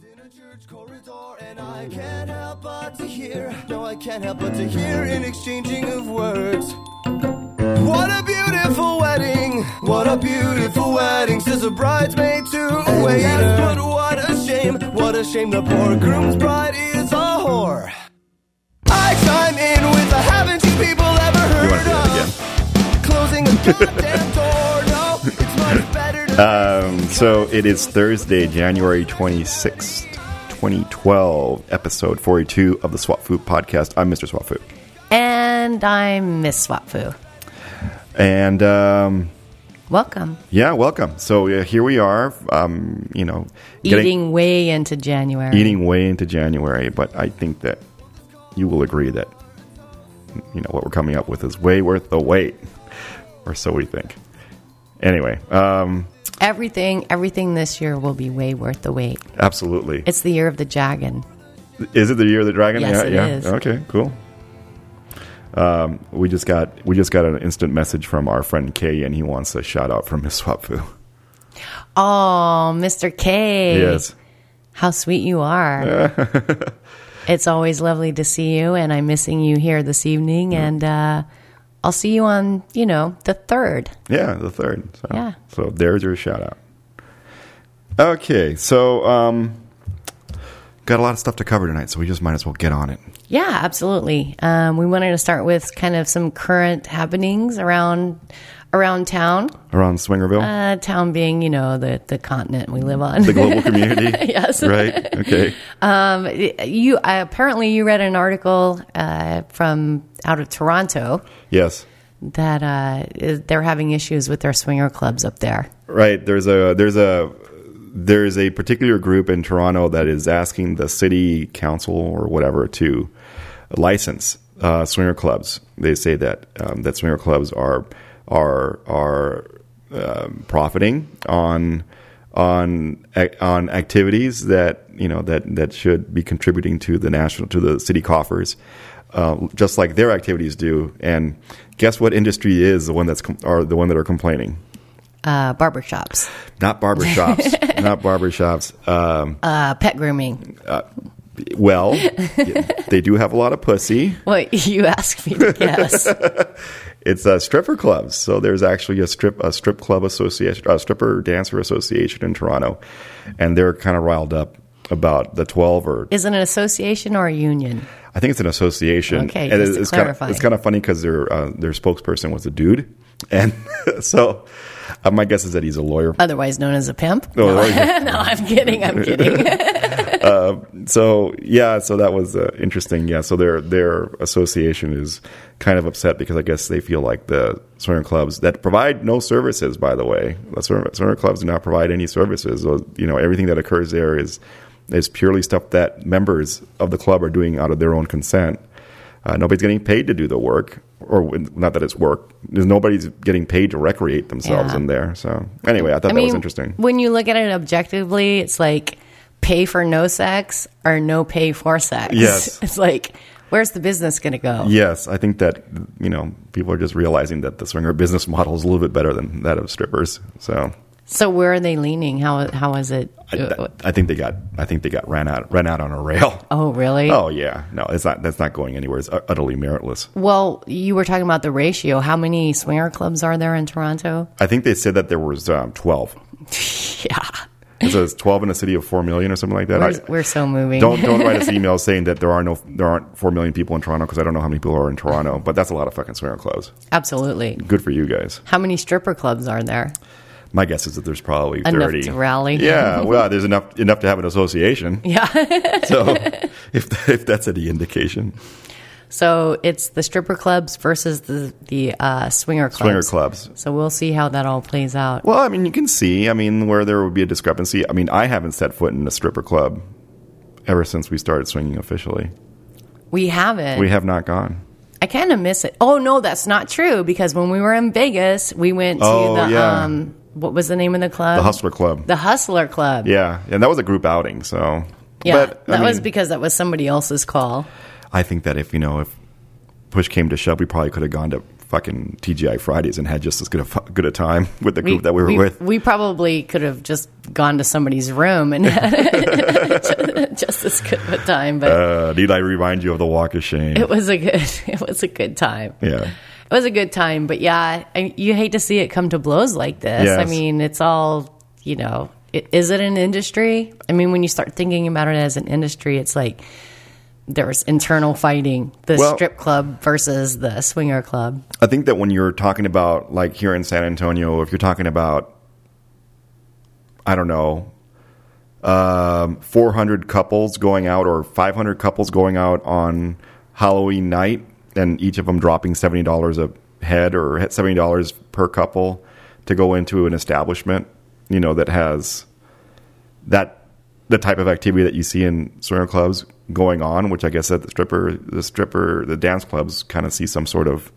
the church corridor, and I can't help but to hear. No, I can't help but to hear an exchanging of words. What a beautiful wedding! What a beautiful wedding! Says a bridesmaid to a waiter. Yes, but what a shame! What a shame! The poor groom's bride is a whore. I chime in with the haven't you people ever You want to heard do of that closing a goddamn door? No, it's much better to. again? Um, so it is Thursday, January 26th, 2012, episode 42 of the Swap Food Podcast. I'm Mr. Swap Food. And I'm Miss Swapfu. And um, Welcome. yeah, welcome. So uh, here we are, um, you know, getting, Eating way into January. eating way into January, but I think that you will agree that, you know, what we're coming up with is way worth the wait, or so we think. Anyway, um, Everything, everything this year will be way worth the wait. absolutely. It's the year of the dragon. Is it the year of the dragon? Yes, yeah, it yeah. is. Okay, cool. Um, we just got we just got an instant message from our friend Kay, and he wants a shout out from Miss Swapfu. Oh, Mr. K. Yes, How sweet you are. it's always lovely to see you, and I'm missing you here this evening. And uh, I'll see you on, you know, the third. yeah, the third. So, Yeah. So there's your shout out. Okay, so um, got a lot of stuff to cover tonight, so we just might as well get on it. Yeah, absolutely. Um, we wanted to start with kind of some current happenings around around town. Around Swingerville, Uh, town being, you know, the, the continent we live on. the global community. yes. Right. Okay. Um, you I, apparently you read an article uh, from out of Toronto Yes. that uh, is- they're having issues with their swinger clubs up there. Right. There's a there's a there's a particular group in Toronto that is asking the city council or whatever to license uh, swinger clubs. They say that um, that swinger clubs are are are um, profiting on on ac- on activities that you know that that should be contributing to the national to the city coffers. Uh, just like their activities do, and guess what industry is the one that's com- are the one that are complaining? Uh, barber shops, not barbershops, not barbershops. Um, uh, pet grooming. well, they do have a lot of pussy. Well, you asked me to guess. It's uh, stripper clubs. So there's actually a strip a strip club association, a stripper dancer association in Toronto, and they're kind of riled up about the 12 or Is it an association or a union? I think it's an association. Okay, and just to it's kind of clarify. it's kind of funny because their uh, their spokesperson was a dude, and so uh, my guess is that he's a lawyer. Oh, Otherwise known as a pimp? No, lawyer. Uh, no I'm kidding. I'm kidding. so yeah, so that was uh, interesting. Yeah, so their their association is kind of upset because I guess they feel like the swinger clubs that provide no services. By the way, the swinger, swinger clubs do not provide any services. So, you know, everything that occurs there is is purely stuff that members of the club are doing out of their own consent. Uh, nobody's getting paid to do the work, or when- not that it's work. There's nobody's getting paid to recreate themselves Yeah. in there. So anyway, I thought that was interesting. When you look at it objectively, it's like pay for no sex or no pay for sex. Yes. It's like, where's the business going to go? Yes, I think that you know people are just realizing that the swinger business model is a little bit better than that of strippers. So So where are they leaning? How how is it? I, uh, that- I think they got I think they got ran out ran out on a rail. oh, really? Oh yeah, no, it's not that's not going anywhere. It's utterly meritless. Well, you were talking about the ratio. How many swinger clubs are there in Toronto? I think they said that there was um, twelve. Yeah, It says twelve in a city of four million or something like that. we're, I- we're so moving. don't don't write us emails saying that there are no there aren't four million people in Toronto because I don't know how many people are in Toronto, but that's a lot of fucking swinger clubs. Absolutely. Good for you guys. How many stripper clubs are there? My guess is that there's probably Enough thirty. to rally. Yeah, well, there's enough enough to have an association. Yeah. So, if if that's any indication, so it's the stripper clubs versus the the uh, swinger clubs. swinger clubs. So we'll see how that all plays out. Well, I mean, you can see. I mean, where there would be a discrepancy. I mean, I haven't set foot in a stripper club ever since we started swinging officially. We haven't. We have not gone. I kind of miss it. Oh no, that's not true because when we were in Vegas, we went to Oh, the yeah. um what was the name of the club? The Hustler Club. The Hustler Club. yeah, and that was a group outing. So, Yeah, But, I that was mean, because that was somebody else's call. I think that if you know if push came to shove, we probably could have gone to fucking TGI Fridays and had just as good a fu- good a time with the group that we were with. We probably could have just gone to somebody's room and had just as good of a time, but Uh, need I remind you of the walk of shame? it was a good it was a good time. yeah, It was a good time, but yeah, I, you hate to see it come to blows like this. I Yes. mean, it's all you know. It, is it an industry? I mean, when you start thinking about it as an industry, it's like there was internal fighting, the Well- strip club versus the swinger club. I think that when you're talking about like here in San Antonio, if you're talking about, I don't know, um, 400 couples going out or 500 couples going out on Halloween night, and each of them dropping seventy dollars a head or seventy dollars per couple to go into an establishment, you know, that has that the type of activity that you see in swinger clubs going on, which I guess at the stripper, the stripper, the dance clubs kind of see some sort of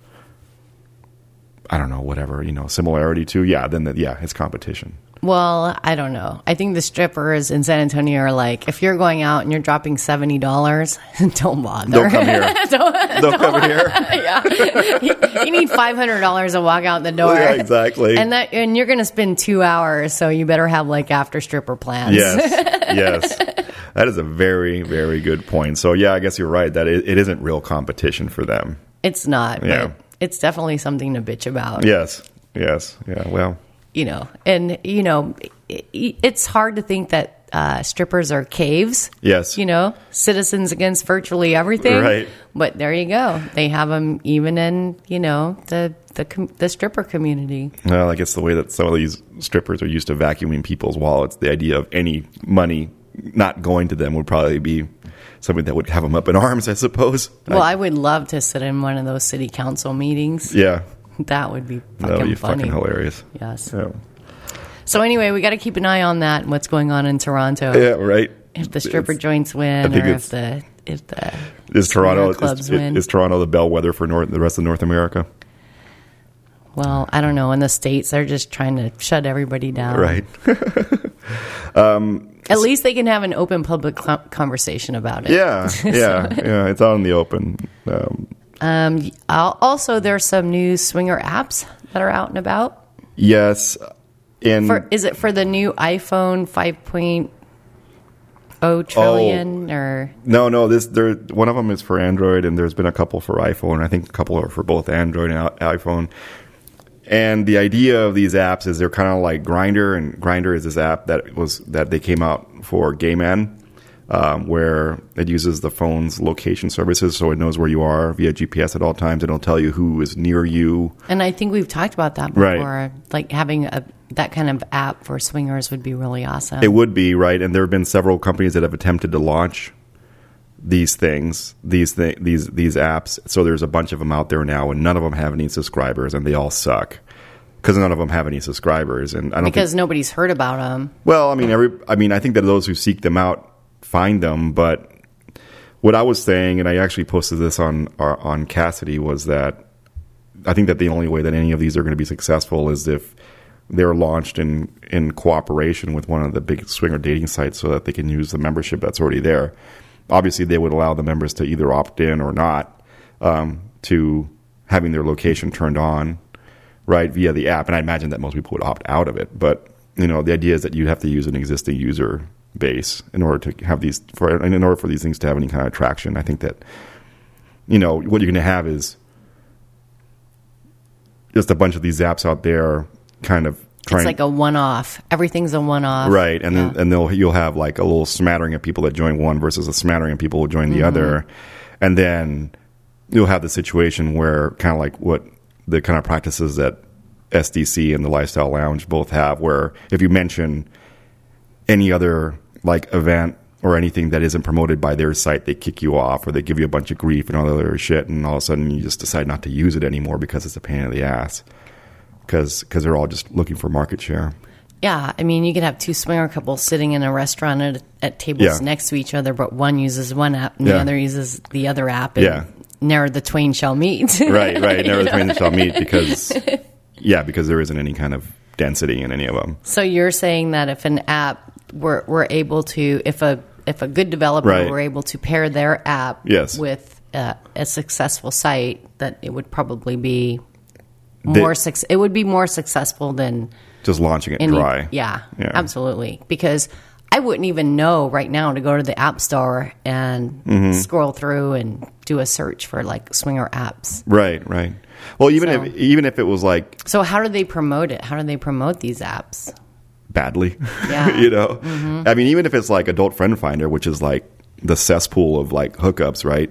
I don't know, whatever, you know, similarity to, yeah, then the, yeah, it's competition. Well, I don't know. I think the strippers in San Antonio are like, if you're going out and you're dropping seventy dollars, don't bother. Don't come here. don't, come here. you need five hundred dollars to walk out the door. Yeah, exactly. And that and you're gonna spend two hours, so you better have like after stripper plans. Yes. yes. That is a very, very good point. So, yeah, I guess you're right that it, it isn't real competition for them. It's not, Yeah. but it's definitely something to bitch about. Yes. Yes. Yeah. Well, You know. And you know, i i- it's hard to think that uh, strippers are caves. yes. You know, citizens against virtually everything. Right. But there you go. They have them even in you know the the com- the stripper community. Well, I guess the way that some of these strippers are used to vacuuming people's wallets, the idea of any money not going to them would probably be something that would have them up in arms, I suppose. Well, I would love to sit in one of those city council meetings. yeah. That would be fucking That would be funny. fucking hilarious. Yes. So, So anyway, we got to keep an eye on that and what's going on in Toronto. yeah, right. If the stripper It's- joints win, think or if it's- the if the Is Toronto clubs is, win. is Toronto the bellwether for North, the rest of North America? well, I don't know. In the states, they're just trying to shut everybody down. Right. At least they can have an open public cl- conversation about it. Yeah. Yeah. yeah. It's out in the open. Um, Um. I'll, also, there's some new swinger apps that are out and about. yes. And For is it for the new iPhone 5.0 Oh. trillion or no, no. This there. One of them is for Android, and there's been a couple for iPhone. I think a couple are for both Android and i- iPhone. And the idea of these apps is they're kind of like Grinder, and Grinder is this app that was that they came out for gay men, um, where it uses the phone's location services, so it knows where you are via GPS at all times, and it'll tell you who is near you. And I think we've talked about that before. Right. Like having a that kind of app for swingers would be really awesome. It would be right, and there have been several companies that have attempted to launch these things, these th- these these apps. So there's a bunch of them out there now, and none of them have any subscribers, and they all suck because none of them have any subscribers. And I don't think, because nobody's heard about them. well, I mean, every I mean, I think that those who seek them out find them, but what I was saying, and I actually posted this on our, on Cassidy, was that I think that the only way that any of these are going to be successful is if they're launched in in cooperation with one of the big swinger dating sites, so that they can use the membership that's already there. Obviously, they would allow the members to either opt in or not um, to having their location turned on, right, via the app. And I imagine that most people would opt out of it, but you know, the idea is that you have to use an existing user base in order to have these for and in order for these things to have any kind of traction. I think that you know what you're going to have is just a bunch of these apps out there, kind of trying It's like a one off. Everything's a one off. right, and then, and they'll you'll have like a little smattering of people that join one versus a smattering of people who join the other, and then you'll have the situation where kind of like what the kind of practices that SDC and the Lifestyle Lounge both have, where if you mention any other like event or anything that isn't promoted by their site, they kick you off or they give you a bunch of grief and all that other shit, and all of a sudden you just decide not to use it anymore because it's a pain in the ass. Because they're all just looking for market share. Yeah. I mean, you could have two swinger couples sitting in a restaurant at, at tables Yeah. next to each other, but one uses one app and the Yeah. other uses the other app. And Yeah. Ne'er the twain shall meet. right, right. Never the twain shall meet because, yeah, because there isn't any kind of density in any of them. So you're saying that if an app were, were able to, if a if a good developer Right. were able to pair their app Yes. with uh, a successful site, that it would probably be They- more suc it would be more successful than just launching it any dry. Yeah, Yeah. absolutely. Because I wouldn't even know right now to go to the app store and Mm-hmm. scroll through and do a search for like swinger apps. Right, right. Well, even So- if even if it was like So how do they promote it? How do they promote these apps? badly, Yeah. Mm-hmm. you know. I mean, even if it's like adult friend finder, which is like the cesspool of like hookups, right?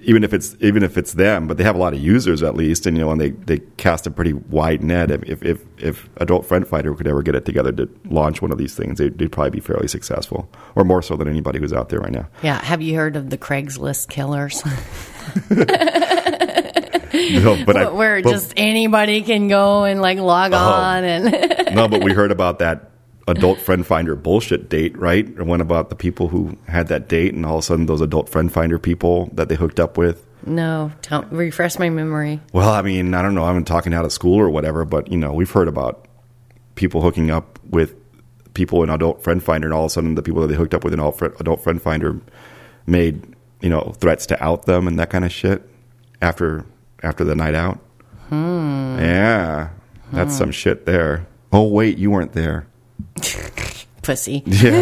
Even if it's even if it's them, but they have a lot of users at least, and you know, and they, they cast a pretty wide net. If if if, if adult friend finder could ever get it together to launch one of these things, they'd, they'd probably be fairly successful, or more so than anybody who's out there right now. Yeah, have you heard of the Craigslist killers? No, but I, Where but- Uh-huh. just anybody can go and like log on and no, but we heard about that adult friend finder bullshit date, right? Or one about the people who had that date, and all of a sudden those adult friend finder people that they hooked up with. no, don't refresh my memory. Well, I mean, I don't know. I'm talking out of school or whatever, but you know, we've heard about people hooking up with people in adult friend finder, and all of a sudden the people that they hooked up with in adult friend- adult friend finder made you know threats to out them and that kind of shit after after the night out. Hmm. Yeah, that's some shit there. Oh wait, you weren't there. Pussy. Yeah.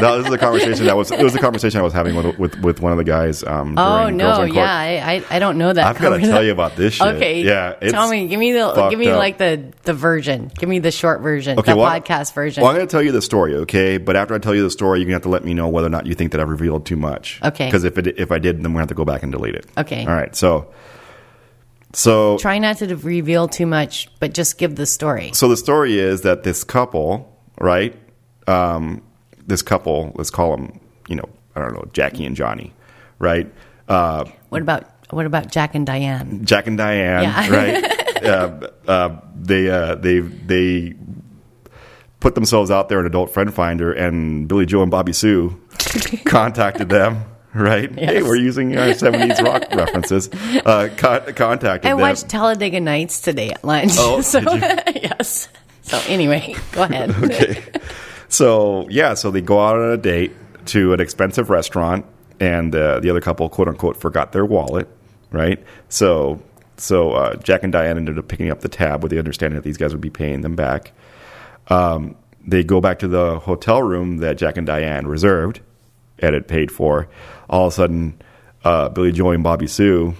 no, this is a conversation that was it was a conversation I was having with with, with one of the guys. Um, Oh during Girls no, on Court. yeah, I, I I don't know that. I've got to cover- tell you about this shit. Okay, yeah, tell me, give me the fucked give me up. like the the version. Give me the short version, the well, podcast version. Well, I'm going to tell you the story, okay? But after I tell you the story, you're going to have to let me know whether or not you think that I've revealed too much. Okay. Because if it if I did, then we have to go back and delete it. Okay. All right. So, so Try not to reveal too much, but just give the story. so the story is that this couple, right? Um, this couple, let's call them, you know, I don't know, Jackie and Johnny, right? Uh, What about what about Jack and Diane? Jack and Diane, Yeah. right? uh, uh, they uh, they they put themselves out there in Adult Friend Finder, and Billy Joe and Bobby Sue contacted them. Right? Hey, we're using our '70s rock references. Uh, con- contacted I them. watched Talladega Nights today at lunch. Oh, so did yes. So anyway, go ahead. So yeah, so they go out on a date to an expensive restaurant, and uh, the other couple, quote unquote, forgot their wallet, right? So so uh, Jack and Diane ended up picking up the tab with the understanding that these guys would be paying them back. Um, they go back to the hotel room that Jack and Diane reserved and had paid for. All of a sudden, uh, Billy Joy and Bobby Sue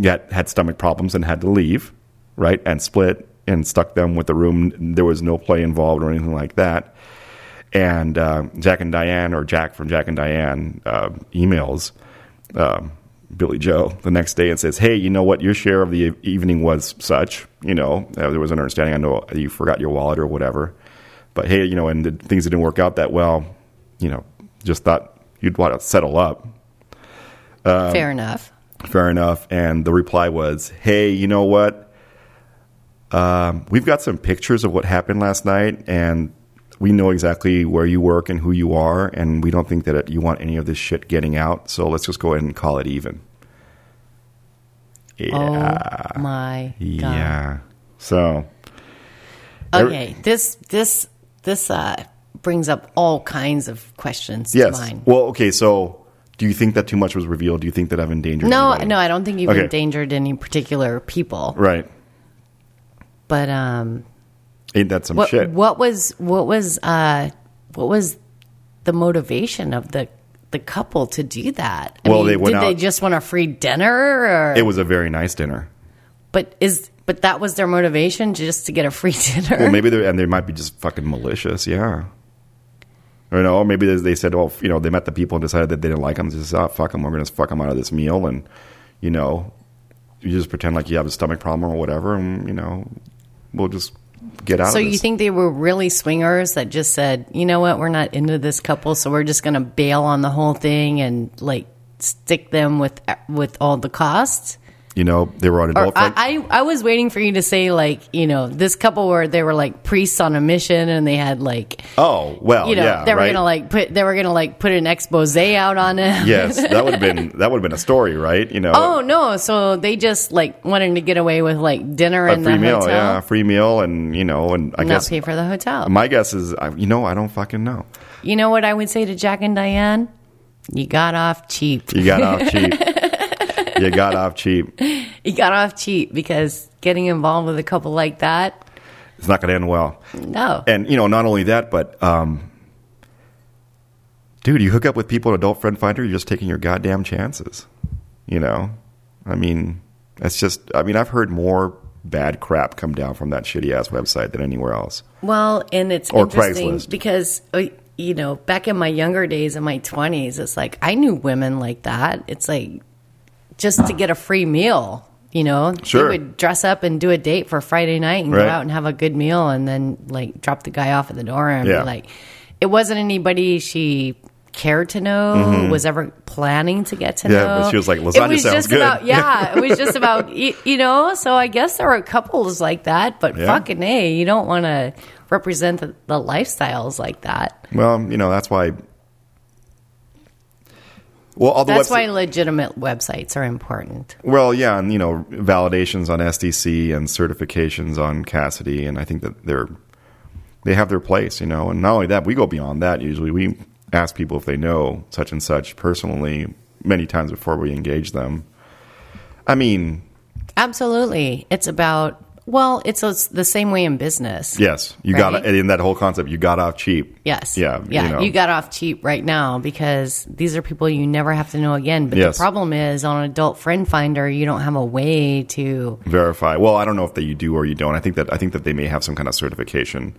got had stomach problems and had to leave, right? And split and stuck them with the room. There was no play involved or anything like that. And uh, Jack and Diane, or Jack from Jack and Diane, uh, emails um, Billy Joe the next day and says, "Hey, you know what? Your share of the e- evening was such. You know, uh, there was an understanding. I know you forgot your wallet or whatever, but hey, you know, and the things didn't work out that well. You know, just thought you'd want to settle up. Fair enough. Fair enough. And the reply was, "Hey, you know what? Um, we've got some pictures of what happened last night, and we know exactly where you work and who you are, and we don't think that you want any of this shit getting out. So let's just go ahead and call it even." Yeah, Oh my god. yeah. So Okay. This this this uh brings up all kinds of questions yes. to mind. Well, okay. So, do you think that too much was revealed? Do you think that I've endangered? No, anybody? no, I don't think you've Okay. endangered any particular people. Right. But um Ain't that some what shit? what was what was uh what was the motivation of the the couple to do that? I Well, they went did they out- just want a free dinner or It was a very nice dinner. but is but that was their motivation just to get a free dinner? Well, maybe they're and they might be just fucking malicious. Yeah. Or no, or maybe they, they said, well, you know, they met the people and decided that they didn't like them. They just, oh, fuck them. We're going to fuck them out of this meal. And, you know, you just pretend like you have a stomach problem or whatever. And, you know, we'll just get out so of this. you think they were really swingers that just said, "You know what? We're not into this couple, so we're just going to bail on the whole thing and like stick them with with all the costs." you know, they were on Or adult friend. I, I I was waiting for you to say like you know this couple where they were like priests on a mission and they had like oh, well, you know yeah, they were right? gonna like put they were gonna like put an expose out on it. yes, that would have been, that would have been a story, right? You know, Oh no! So they just like wanted to get away with like dinner a in free the meal. hotel, Yeah, a free meal. And, you know, and I not guess pay for the hotel. my guess is, I, you know, I don't fucking know. You know what I would say to Jack and Diane? You got off cheap. You got off cheap. you got off cheap. You got off cheap because getting involved with a couple like that, It's not going to end well. no. And you know, not only that, but um, dude, you hook up with people in Adult Friend Finder, you're just taking your goddamn chances. You know, I mean, that's just. I mean, I've heard more bad crap come down from that shitty ass website than anywhere else. Well, and it's Or interesting Craigslist. because uh, you know, back in my younger days, in my twenties, it's like I knew women like that. It's like just to get a free meal, you know, Sure. they would dress up and do a date for Friday night and Right. go out and have a good meal, and then like drop the guy off at the door and Yeah. be like, it wasn't anybody she cared to know was ever planning to get to Mm-hmm. Yeah, know but she was like, It "Lasagna was sounds just good." about- yeah it was just about y- you know so i guess there were couples like that but Yeah. fucking a you don't want to represent the, the lifestyles like that Well, you know, that's why. Well, all the that's websi- why legitimate websites are important Well, yeah, and you know, validations on SDC and certifications on Cassidy, and I think that they're they have their place, you know. And not only that, we go beyond that. Usually, we ask people if they know such and such personally many times before we engage them. I mean, absolutely it's about well it's, it's the same way in business yes, you got Right. in that whole concept. You got off cheap. Yes. Yeah. Yeah. You, know. got off cheap right now because these are people you never have to know again. But Yes. the problem is on adult friend finder, you don't have a way to verify. Well, I don't know if that you do or you don't. I think that I think that they may have some kind of certification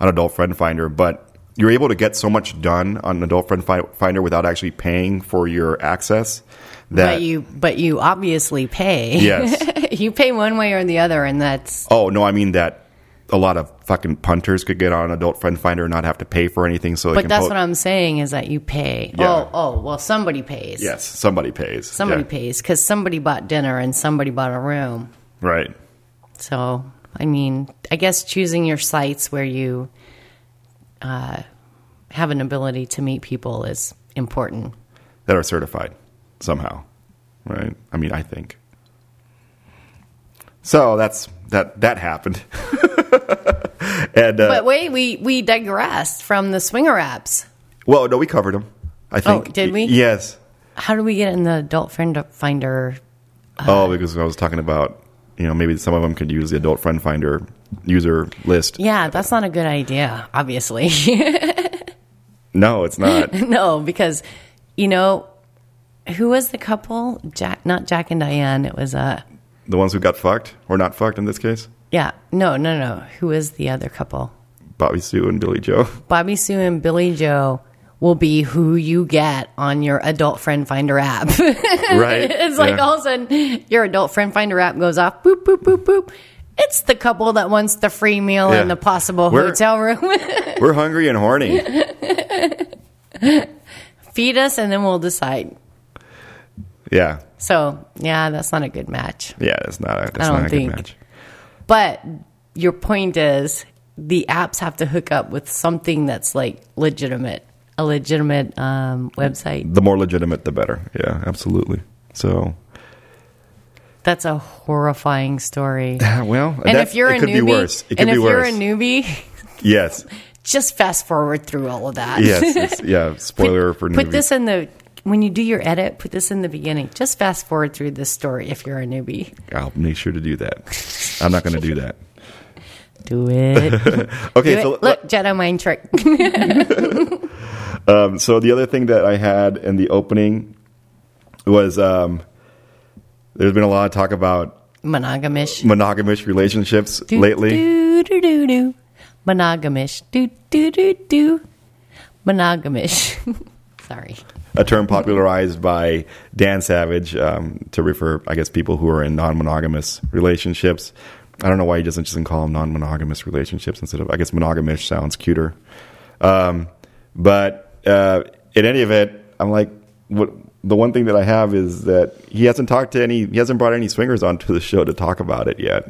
on Adult Friend Finder, but you're able to get so much done on Adult Friend Fi- Finder without actually paying for your access. That but you but you obviously pay. Yes. you pay one way or the other and that's oh no, I mean that a lot of fucking punters could get on Adult Friend Finder and not have to pay for anything. So they but can that's po- what I'm saying is that you pay. Yeah. Oh, oh, well somebody pays. Yes, somebody pays. Somebody Yeah. pays cuz somebody bought dinner and somebody bought a room. Right. So, I mean, I guess choosing your sites where you uh, have an ability to meet people is important. That are certified somehow. Right. I mean, I think. So that's that. That happened. and uh, But wait, we we digressed from the swinger apps. Well, no, we covered them. I think. Oh, did we? Yes. How do we get in the adult friend finder? oh, because I was talking about you know maybe some of them could use the adult friend finder user list. Yeah, that's not a good idea, obviously. No, it's not. no, because you know who was the couple? Jack, not Jack and Diane. It was uh, the ones who got fucked or not fucked in this case, yeah, no, no, no. Who was the other couple? Bobby Sue and Billy Joe. Bobby Sue and Billy Joe will be who you get on your adult friend finder app. Right. it's like Yeah. all of a sudden your adult friend finder app goes off. Boop boop boop boop. It's the couple that wants the free meal Yeah. and the possible We're- hotel room. We're hungry and horny. Feed us and then we'll decide. Yeah. So yeah, that's not a good match. Yeah, it's not a, that's I don't not a think- good match. But your point is the apps have to hook up with something that's like legitimate, a legitimate um, website. The more legitimate, the better. Yeah, absolutely. So, That's a horrifying story. yeah, Uh, well, And that- if you're it a could newbie, be worse. It could and be if worse. you're a newbie, yes, just fast forward through all of that. yes, it's- yeah. Spoiler for newbies. put this in the when you do your edit, put this in the beginning. Just fast forward through this story if you're a newbie. I'll make sure to do that. I'm not going to do that. Do it. Do Okay, it. so Look, Jedi mind trick. so the other thing that I had in the opening was um, there's been a lot of talk about Monogamish. monogamous relationships Do, lately. Do, do, do, do. Monogamish. Do, do, do, do. Monogamish. Sorry. A term popularized by Dan Savage um, to refer, I guess, people who are in non-monogamous relationships. I don't know why he doesn't just call them non-monogamous relationships instead of, I guess, monogamish sounds cuter. Um, but uh, in any event, I'm like, what, the one thing that I have is that he hasn't talked to any, he hasn't brought any swingers onto the show to talk about it yet.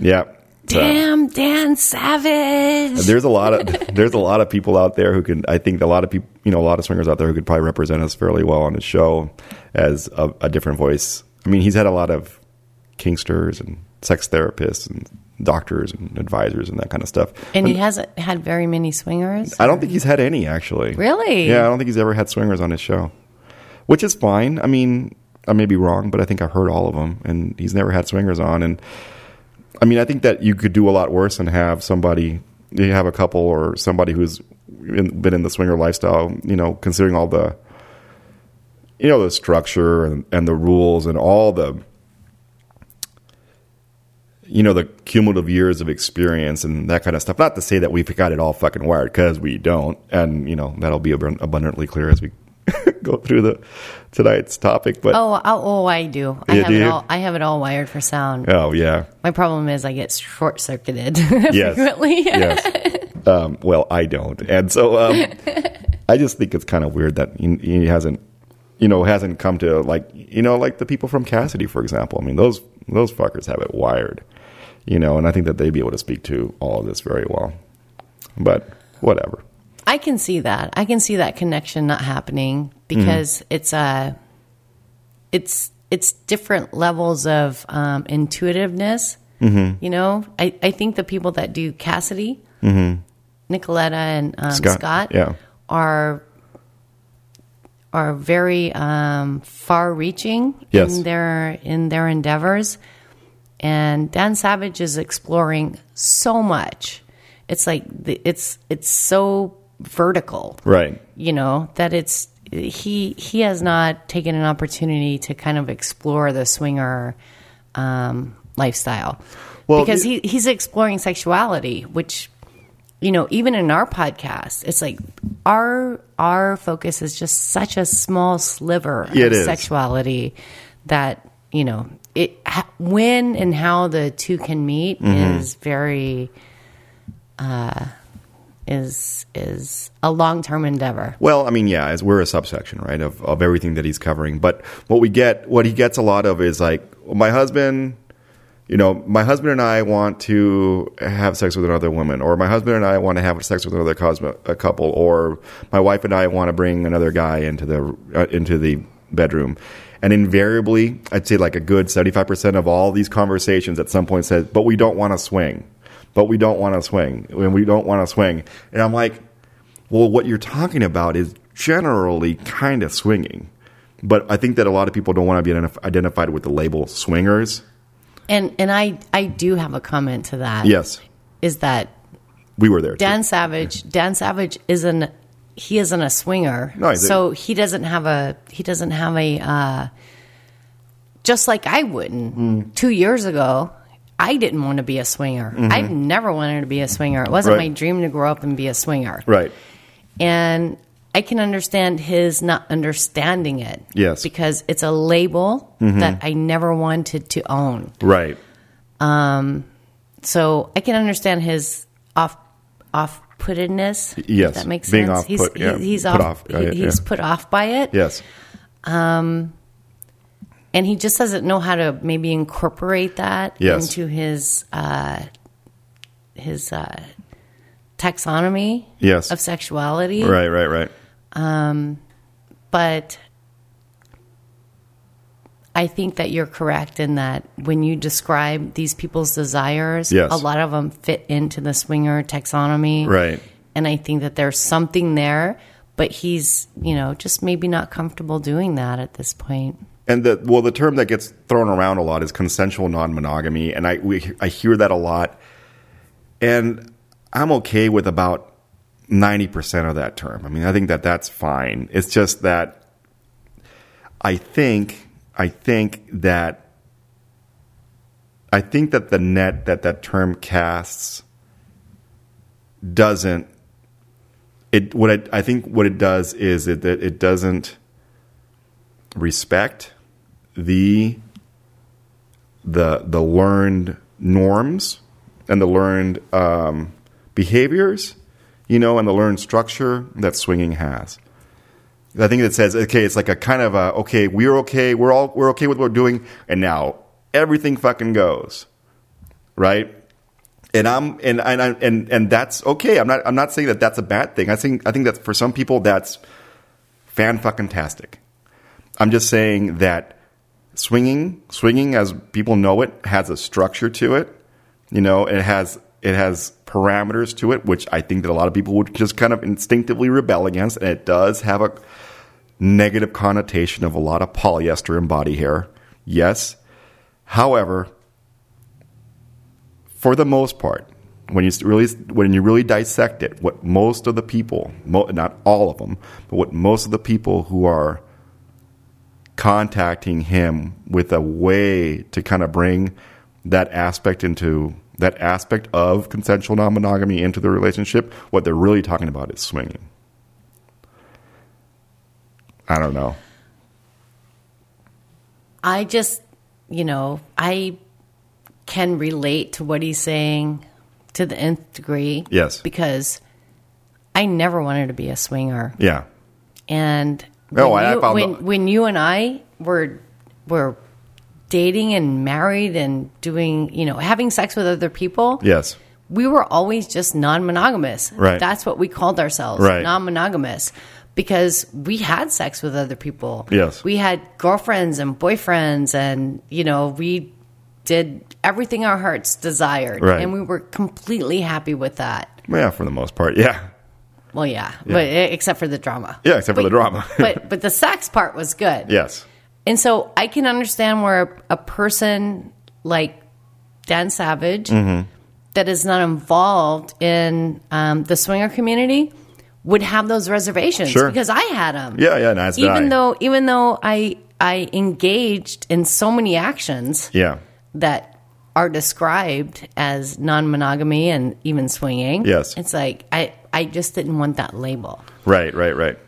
Yeah. So, Damn, Dan Savage. there's a lot of there's a lot of people out there who can I think a lot of people you know a lot of swingers out there who could probably represent us fairly well on his show as a, a different voice. I mean, he's had a lot of kingsters and sex therapists and doctors and advisors and that kind of stuff. And he hasn't had very many swingers. I don't think he's had any actually. Really? Yeah, I don't think he's ever had swingers on his show, which is fine. I mean, I may be wrong, but I think I've heard all of them, and he's never had swingers on. And I mean, I think that you could do a lot worse and have somebody, you have a couple or somebody who's in, been in the swinger lifestyle. You know, considering all the, you know, the structure and, and the rules and all the, you know, the cumulative years of experience and that kind of stuff. Not to say that we've got it all fucking wired because we don't, and you know that'll be abun- abundantly clear as we go through the tonight's topic. But Oh, I'll, oh, I do. I Yeah, have do it you? all. I have it all wired for sound. oh yeah. My problem is I get short circuited Yes. frequently. yes. Um, well, I don't, and so um, I just think it's kind of weird that he, he hasn't, you know, hasn't come to like you know, like the people from Cassidy, for example. I mean, those those fuckers have it wired, you know, and I think that they'd be able to speak to all of this very well. But whatever. I can see that. I can see that connection not happening because Mm-hmm. it's uh, it's it's different levels of um, intuitiveness. Mm-hmm. You know, I, I think the people that do Cassidy, Nicoletta, and um, Scott, Mm-hmm. Scott, yeah. are are very um, far reaching Yes. in their in their endeavors. And Dan Savage is exploring so much. It's like the, it's it's so vertical Right. you know that it's he he has not taken an opportunity to kind of explore the swinger um, lifestyle Well, because the- he he's exploring sexuality which you know even in our podcast it's like our our focus is just such a small sliver Yeah, of it is. sexuality that you know it ha- when and how the two can meet Mm-hmm. is very uh is is a long-term endeavor Well, I mean, yeah, as we're a subsection, right, of, of everything that he's covering. But what we get, what he gets a lot of is like, my husband, you know, my husband and I want to have sex with another woman, or my husband and I want to have sex with another cosmo, a couple, or my wife and I want to bring another guy into the uh, into the bedroom. And invariably, I'd say like a good seventy five percent of all these conversations at some point says, "But we don't want to swing, but we don't want to swing, and we don't want to swing." And I'm like, well, what you're talking about is generally kind of swinging. But I think that a lot of people don't want to be identif- identified with the label swingers. And and I I do have a comment to that. Is Yes, that we were there. too. Dan Savage? Dan Savage isn't he isn't a swinger. No, he's a- so he doesn't have a he doesn't have a uh, just like I wouldn't. Mm. Two years ago, I didn't want to be a swinger. I've never wanted to be a swinger. It wasn't Mm-hmm. Right. my dream to grow up and be a swinger. Right. and I can understand his not understanding it. Yes. Mm-hmm. because it's a label that I never wanted to own. Right. Um, So I can understand his off off puttedness. Yes, that makes being sense. off-put, he's yeah, he's, he's put off. off by he- it, he's yeah. put off by it, Yes. and he just doesn't know how to maybe incorporate that Yes. into his uh, his uh, taxonomy Yes. of sexuality. Right. Right. Right. but I think that you're correct in that when you describe these people's desires, Yes. a lot of them fit into the swinger taxonomy. Right. And I think that there's something there, but he's, you know, just maybe not comfortable doing that at this point. and the well the term that gets thrown around a lot is consensual non-monogamy and i we, i hear that a lot and i'm okay with about 90% of that term i mean i think that that's fine it's just that i think i think that i think that the net that that term casts doesn't it what I, I think what it does is it that it doesn't respect the the the learned norms and the learned um, behaviors, you know, and the learned structure that swinging has. I think it says okay, it's like a kind of a okay, we're okay, we're all we're okay with what we're doing, and now everything fucking goes, right? and I'm and and I- and and that's okay. I'm not I'm not saying that that's a bad thing. I think I think that for some people that's fan fucking tastic. I'm just saying that swinging swinging as people know it has a structure to it. You know, it has it has parameters to it, which I think that a lot of people would just kind of instinctively rebel against, and it does have a negative connotation of a lot of polyester and body hair. Yes. However, for the most part, when you really when you really dissect it, what most of the people, mo- not all of them, but what most of the people who are contacting him with a way to kind of bring that aspect into that aspect of consensual non-monogamy into the relationship, what they're really talking about is swinging. I don't know. I just, you know, I can relate to what he's saying to the nth degree. Yes. Because I never wanted to be a swinger. Yeah. And No, when, I you, found when, the- when you and I were were dating and married and doing, you know, having sex with other people, Yes. we were always just non-monogamous. Right. That's what we called ourselves, Right. non-monogamous, because we had sex with other people. Yes. we had girlfriends and boyfriends, and you know we did everything our hearts desired, Right. and we were completely happy with that. Yeah, for the most part. Yeah. Well, yeah, but e, except for the drama. Yeah, except for But- the drama. but but the sex part was good. Yes. And so I can understand where a, a person like Dan Savage Mm-hmm. that is not involved in um, the swinger community would have those reservations Sure. because I had them. Yeah, yeah, nice Even guy. though even though I I engaged in so many actions Yeah. that are described as non-monogamy and even swinging. Yes. It's like I I just didn't want that label. Right, right, right.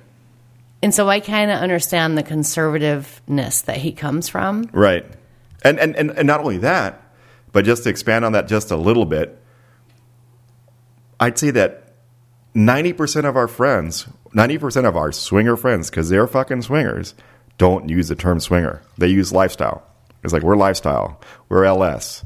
And so I kind of understand the conservativeness that he comes from. Right. And, and and and not only that, but just to expand on that just a little bit, I'd say that 90% of our friends, 90% of our swinger friends cuz they're fucking swingers, don't use the term swinger. They use lifestyle. It's like we're lifestyle. We're LS.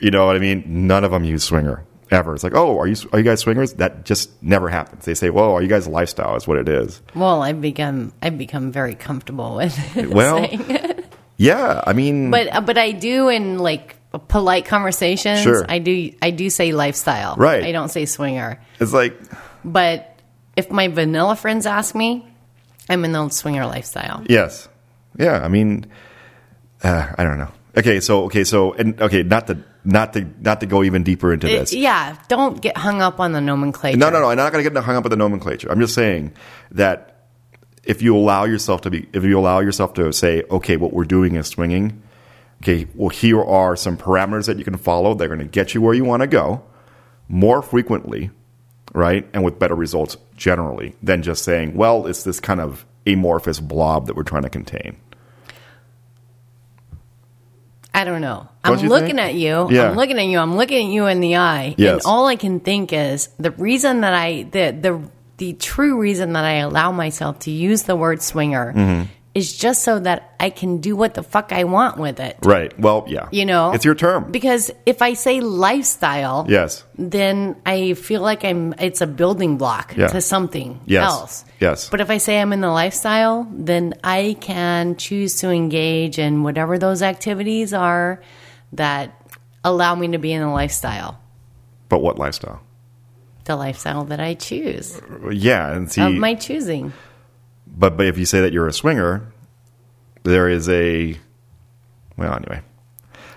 You know what I mean? None of them use swinger ever. It's like, "Oh, are you are you guys swingers?" That just never happens. They say, "Well, are you guys lifestyle?" is what it is. Well, I've become I've become very comfortable with Well, saying- Yeah, I mean but but I do in like polite conversations. Sure. I do I do say lifestyle. Right. I don't say swinger. it's like But if my vanilla friends ask me, I'm in the swinger lifestyle. Yes. Yeah. I mean, uh, I don't know. Okay. So okay. So and okay. Not to not to not to go even deeper into It- e-, this. yeah, don't get hung up on the nomenclature. No, no, no. I'm not going to get hung up with the nomenclature. I'm just saying that if you allow yourself to be, if you allow yourself to say, okay, what we're doing is swinging. Okay. Well, here are some parameters that you can follow. They're going to get you where you want to go more frequently, right? And with better results generally than just saying, well, it's this kind of amorphous blob that we're trying to contain. I don't know. Don't I'm you looking think? at you. Yeah. I'm looking at you. I'm looking at you in the eye. Yes. And all I can think is the reason that I the the the true reason that I allow myself to use the word swinger Mm-hmm. is just so that I can do what the fuck I want with it. Right. Well, yeah. You know? it's your term. Because if I say lifestyle, yes. then I feel like I'm it's a building block Yeah. to something Yes. else. Yes. But if I say I'm in the lifestyle, then I can choose to engage in whatever those activities are that allow me to be in the lifestyle, But what lifestyle? the lifestyle that I choose Yeah, and see, of my choosing. but but if you say that you're a swinger, there is a well. Anyway,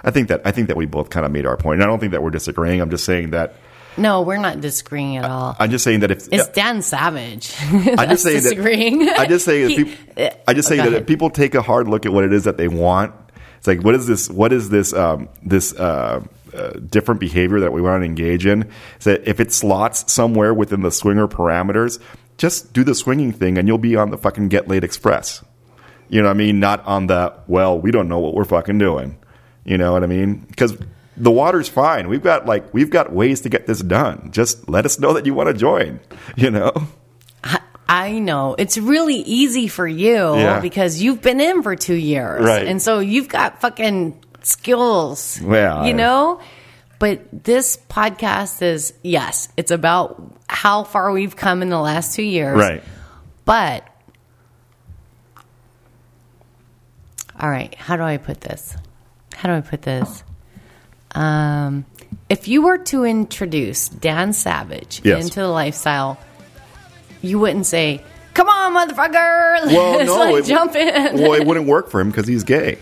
I think that I think that we both kind of made our point. And I don't think that we're disagreeing. I'm just saying that No, we're not disagreeing at all. I'm just saying that if It's Dan Savage. I just say that- disagreeing. I just say that He- uh, oh, people, I just say go that if ahead. people take a hard look at what it is that they want. It's like what is this? What is this? Um, this uh, uh, different behavior that we want to engage in? Is that if it slots somewhere within the swinger parameters, just do the swinging thing, and you'll be on the fucking get laid express. You know what I mean? Not on the well, we don't know what we're fucking doing. You know what I mean? Because the water's fine. We've got like we've got ways to get this done. Just let us know that you want to join. You know. I know. It's really easy for you Yeah. because you've been in for two years. Right. And so you've got fucking skills. Well, I- you know? But this podcast is, yes, it's about how far we've come in the last two years. But, all right, how do I put this? How do I put this? Um, if you were to introduce Dan Savage Yes. into the lifestyle, you wouldn't say, come on, motherfucker. Well, Let's no, like it- jump in. well, it wouldn't work for him because he's gay.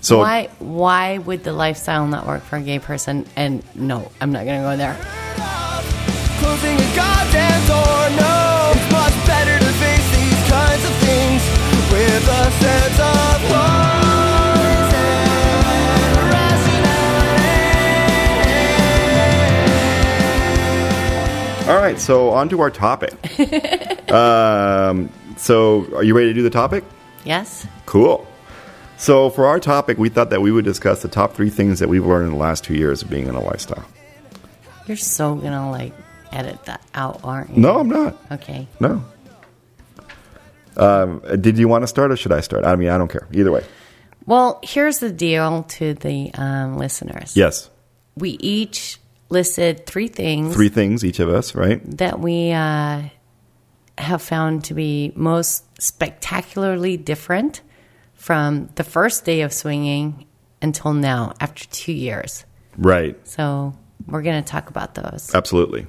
So why why would the lifestyle not work for a gay person? And no, I'm not gonna go there. Closing a goddamn door, no. It's much better to face these kinds of things with a sense of and All right, so on to our topic. um, so, are you ready to do the topic? Yes? Cool. So, for our topic, we thought that we would discuss the top three things that we've learned in the last two years of being in a lifestyle. You're so gonna like edit that out, aren't you? No, I'm not. Okay. No. Um, did you want to start or should I start? I mean, I don't care. Either way. Well, here's the deal to the um, listeners. Yes. We each listed three things Three things, each of us, right? that we uh, have found to be most spectacularly different from the first day of swinging until now, after two years. Right. So we're going to talk about Uh, those. Absolutely.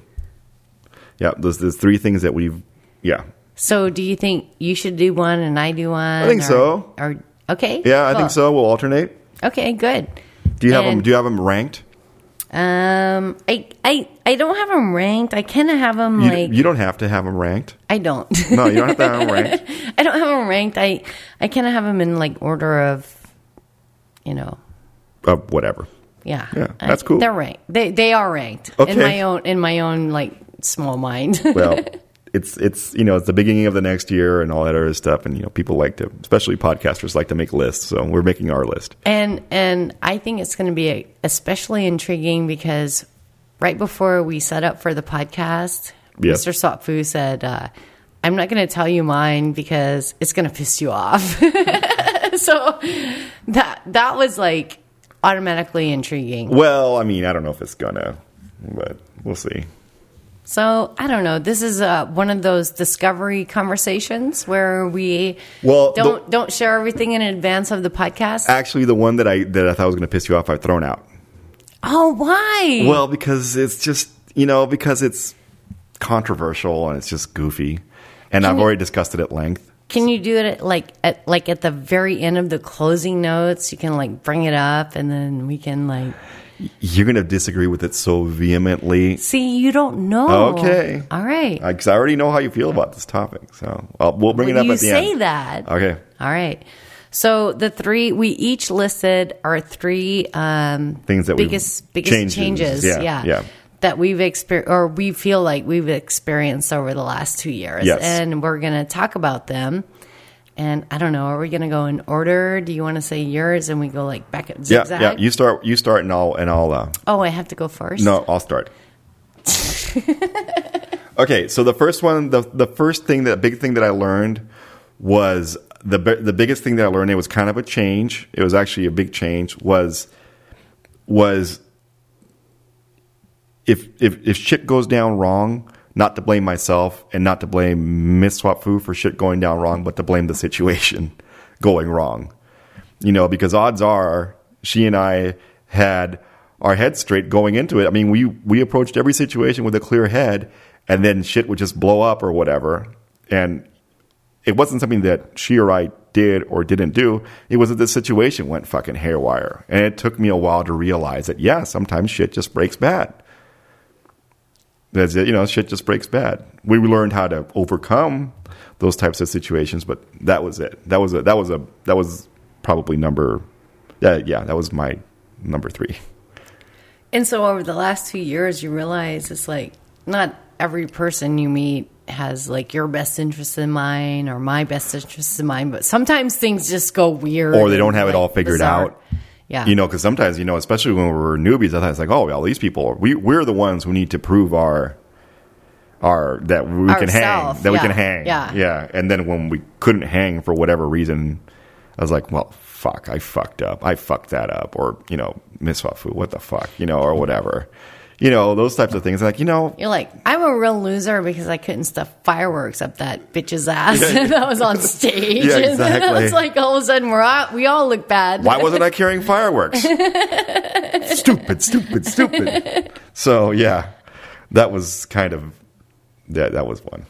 Yeah, those, those three things that we've, yeah. So, do you think you should do one and I do one? I think so. Or okay, Yeah, I think cool. so. We'll alternate. Okay, good. Do you have them? And- Do you have them ranked? Um, I I I don't have them ranked. I kind of have them You, like you don't have to have them ranked. I don't. No, you don't have to have them ranked. I don't have them ranked. I I kind of have them in like order of, you know, Uh, whatever. yeah. Yeah, I- that's cool. They're ranked. They they are ranked Okay. in my own in my own like small mind. Well, it's it's you know it's the beginning of the next year and all that other stuff, and you know people like to, especially podcasters, like to make lists. So we're making our list. And and I think it's going to be especially intriguing because right before we set up for the podcast, Yes. Mr. Swapfu said, uh, "I'm not going to tell you mine because it's going to piss you off." so that that was like automatically intriguing. Well, I mean, I don't know if it's gonna, but we'll see. So I don't know. This is uh, one of those discovery conversations where we Well, the- don't don't share everything in advance of the podcast. Actually, the one that I that I thought was gonna piss you off, I've thrown out. oh, why? Well, because it's just you know because it's controversial and it's just goofy, and I've you- already discussed it at length. Can you do it at, like at like at the very end of the closing notes? You can like bring it up, and then we can like You're gonna disagree with it so vehemently. see. You don't know. Okay. All right. Because I already know how you feel about this topic, so i we'll bring it up you at the say end. that. Okay. All right. So the three we each listed are three um, Things that we've biggest biggest changes. changes. Yeah, Yeah. yeah. That we've experienced, or we feel like we've experienced over the last two years, Yes. and we're going to talk about them. And I don't know, are we going to go in order? Do you want to say yours, and we go like back at Yeah, zigzag? yeah. You start. You start, and I'll and I'll. Uh, Oh, I have to go first. no, I'll start. okay, so the first one, the the first thing that big thing that I learned was the bi- the biggest thing that I learned. It was kind of a change. It was actually a big change. Was was if if if shit goes down wrong, not to blame myself and not to blame Miss Swapfu for shit going down wrong, but to blame the situation going wrong. You know, because odds are she and I had our heads straight going into it. I mean, we we approached every situation with a clear head, and then shit would just blow up or whatever. And it wasn't something that she or I did or didn't do. It was that the situation went fucking haywire, and it took me a while to realize that yeah, sometimes shit just breaks bad. That's it. You know, shit just breaks bad. We learned how to overcome those types of situations, but that was it. That was a that was a that was probably number. Uh, yeah, that was my number three. And so over the last two years, you realize it's like not every person you meet has like your best interests in mind or my best interests in mind, but sometimes things just go weird. Or they don't and, have it like, all figured bizarre. out. Yeah. You know, because sometimes you know, especially when we were newbies, I thought it's like, oh well, these people we we're the ones who need to prove our our that we can hang, Ourself, that we yeah, can hang, yeah. yeah. And then when we couldn't hang for whatever reason, I was like, well, fuck, I fucked up, I fucked that up, or you know, Miss Wafu, what the fuck, you know, or whatever, you know, those types of things. Like you know, You're like, I'm a real loser because I couldn't stuff fireworks up that bitch's ass that was on stage. Yeah, And then exactly. it's like all of a sudden we're all, we all look bad. Why wasn't I carrying fireworks? stupid, stupid, stupid. So yeah, that was kind of that. That was one.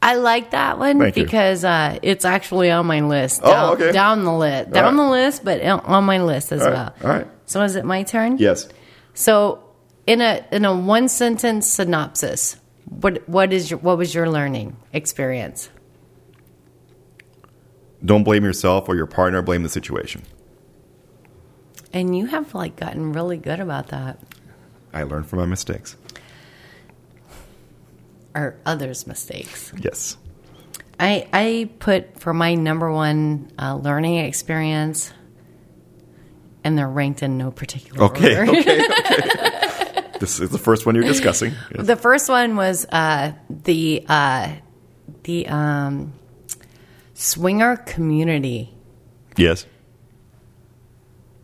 I like that one Thank you. because uh, it's actually on my list. Oh, Down, okay. down the list, down the list, but on my list as All right. well. All right. So is it my turn? Yes. So in a in a one sentence synopsis, what what is your what was your learning experience? Don't blame yourself or your partner. Blame the situation. And you have like gotten really good about that, I learn from my mistakes. or others' mistakes. Yes. I I put for my number one uh, learning experience, and they're ranked in no particular Okay. order. Okay. okay. this is the first one you're discussing. Yes. The first one was uh, the uh, the um, swinger community, Yes.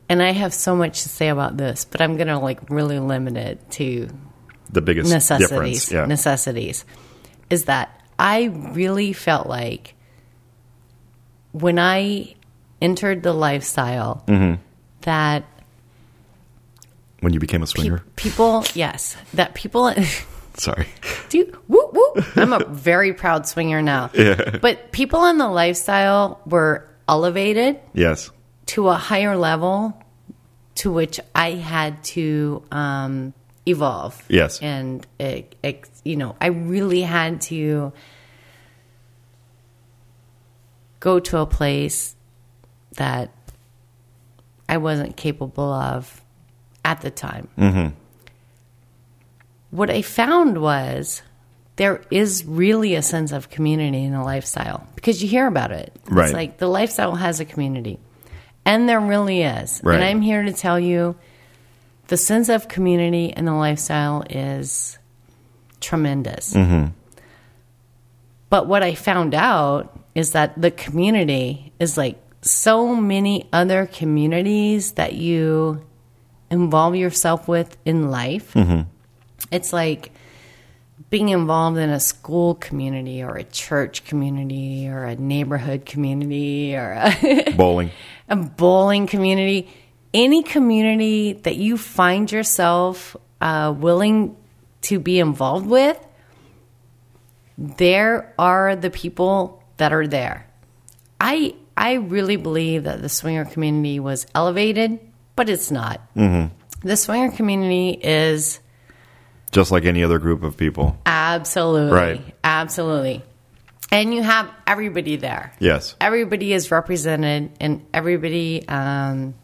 and I have so much to say about this, but I'm gonna like really limit it to The biggest necessities. difference. Yeah. Necessities is that I really felt like when I entered the lifestyle Mm-hmm. that when you became a swinger. people yes that people Sorry. do whoop whoop i'm a very proud swinger now but people in the lifestyle were elevated Yes. to a higher level to which i had to um, evolve Yes. and it, it, you know i really had to go to a place that i wasn't capable of at the time Mm-hmm. what I found was there is really a sense of community in the lifestyle because you hear about it. Right. It's like the lifestyle has a community, and there really is. Right. And I'm here to tell you the sense of community in the lifestyle is tremendous. But what I found out is that the community is like so many other communities that you involve yourself with in life. It's like being involved in a school community or a church community or a neighborhood community or a, Bowling. a bowling community. Any community that you find yourself uh, willing to be involved with, there are the people that are there. I I really believe that the swinger community was elevated, but it's not. The swinger community is Just like any other group of people. Absolutely. Right. Absolutely. And you have everybody there. Yes. Everybody is represented and everybody um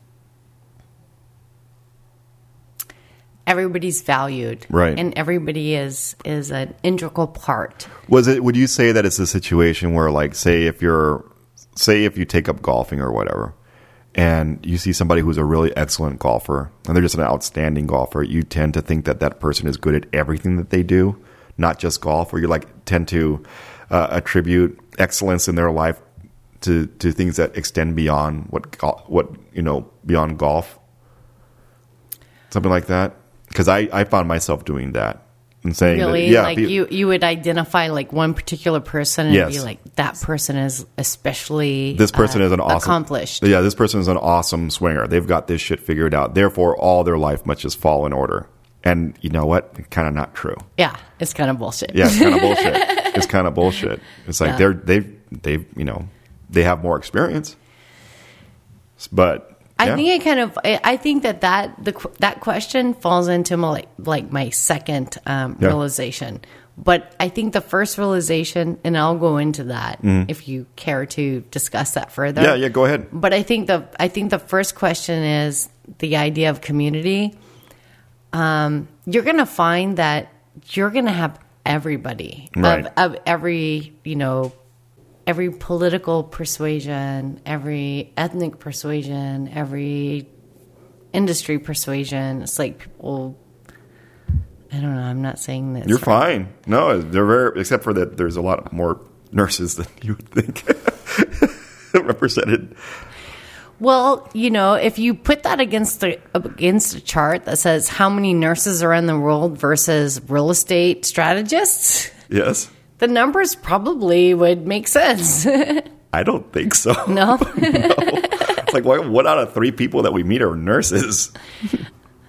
everybody's valued. Right. uh, And everybody is is an integral part. Was it? Would you say that it's a situation where, like, say if you're, say if you take up golfing or whatever, and you see somebody who's a really excellent golfer and they're just an outstanding golfer, you tend to think that that person is good at everything that they do, not just golf. Or you like tend to uh, attribute excellence in their life to to things that extend beyond what gol- what you know beyond golf, something like that. Because I I found myself doing that. And saying that- Really? yeah, like pe- you you would identify like one particular person and Yes. be like, that person is especially this person uh, is an awesome accomplished. Yeah, this person is an awesome swinger. They've got this shit figured out. Therefore, all their life must just fall in order. And you know what? Kind of not true. Yeah. It's kind of bullshit. Yeah, it's kind of bullshit. It's kind of bullshit. It's like they're they've they've you know they have more experience, but I yeah. think it kind of. I I think that that the qu- that question falls into my, like like my second um, Yeah. realization. But I think the first realization, and I'll go into that if you care to discuss that further. Mm-hmm. yeah yeah go ahead But I think the I think the first question is the idea of community. Um, you're going to find that you're going to have everybody Right. of, of every you know every political persuasion, every ethnic persuasion, every industry persuasion. It's like people. I don't know. I'm not saying this. you're fine. No, they're very except for that there's a lot more nurses than you would think represented. Well, you know, if you put that against the against a chart that says how many nurses are in the world versus real estate strategists, Yes, the numbers probably would make sense. I don't think so. no, It's like, why, what out of three people that we meet are nurses?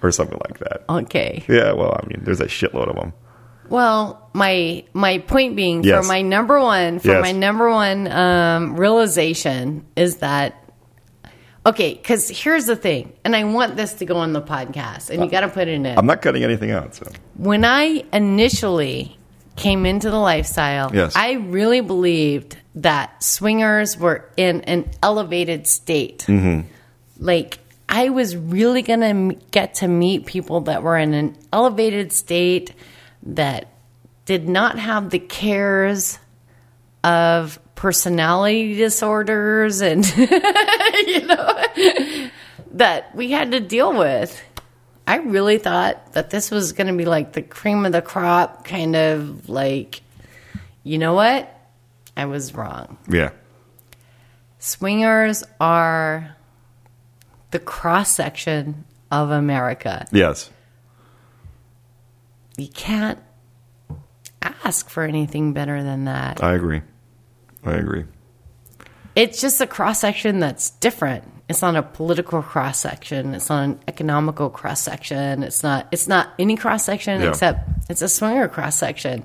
or something like that. okay. Yeah, well, I mean, there's a shitload of them. Well, my my point being Yes. for my number one for Yes. my number one um, realization is that okay, because here's the thing, and I want this to go on the podcast, Uh, and you got to put it in. I'm not cutting anything out. So when I initially came into the lifestyle, Yes. I really believed that swingers were in an elevated state. Like, I was really going to m- get to meet people that were in an elevated state that did not have the cares of personality disorders and, you know, that we had to deal with. I really thought that this was going to be like the cream of the crop, kind of like, you know what? I was wrong. yeah, Swingers are the cross section of America. yes, You can't ask for anything better than that. I agree. I agree. It's just a cross section that's different. It's not a political cross section. It's not an economical cross section. It's not. It's not any cross section Yeah. except it's a swinger cross section.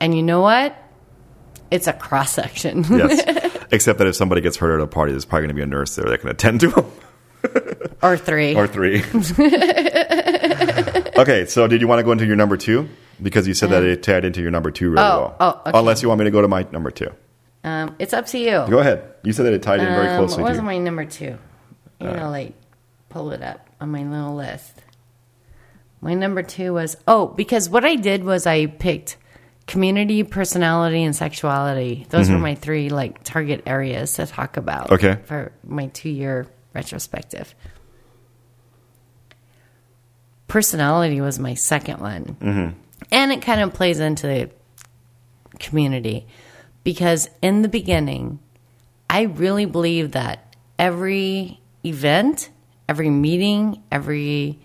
And you know what? It's a cross section. Yes. Except that if somebody gets hurt at a party, there's probably going to be a nurse there that can attend to them. or three. Or three. okay, so did you want to go into your number two? Because you said that it tied into your number two really Oh, well. oh, okay. Unless you want me to go to my number two. um, it's up to you. Go ahead. You said that it tied in very Um, closely what to was you. my number two? You know, like pull it up on my little list. My number two was oh, because what I did was I picked community, personality, and sexuality. Those were my three like target areas to talk about. Mm-hmm. Okay. For my two year retrospective. Personality was my second one. Mm-hmm. And it kind of plays into the community because in the beginning, I really believe that every event, every meeting, every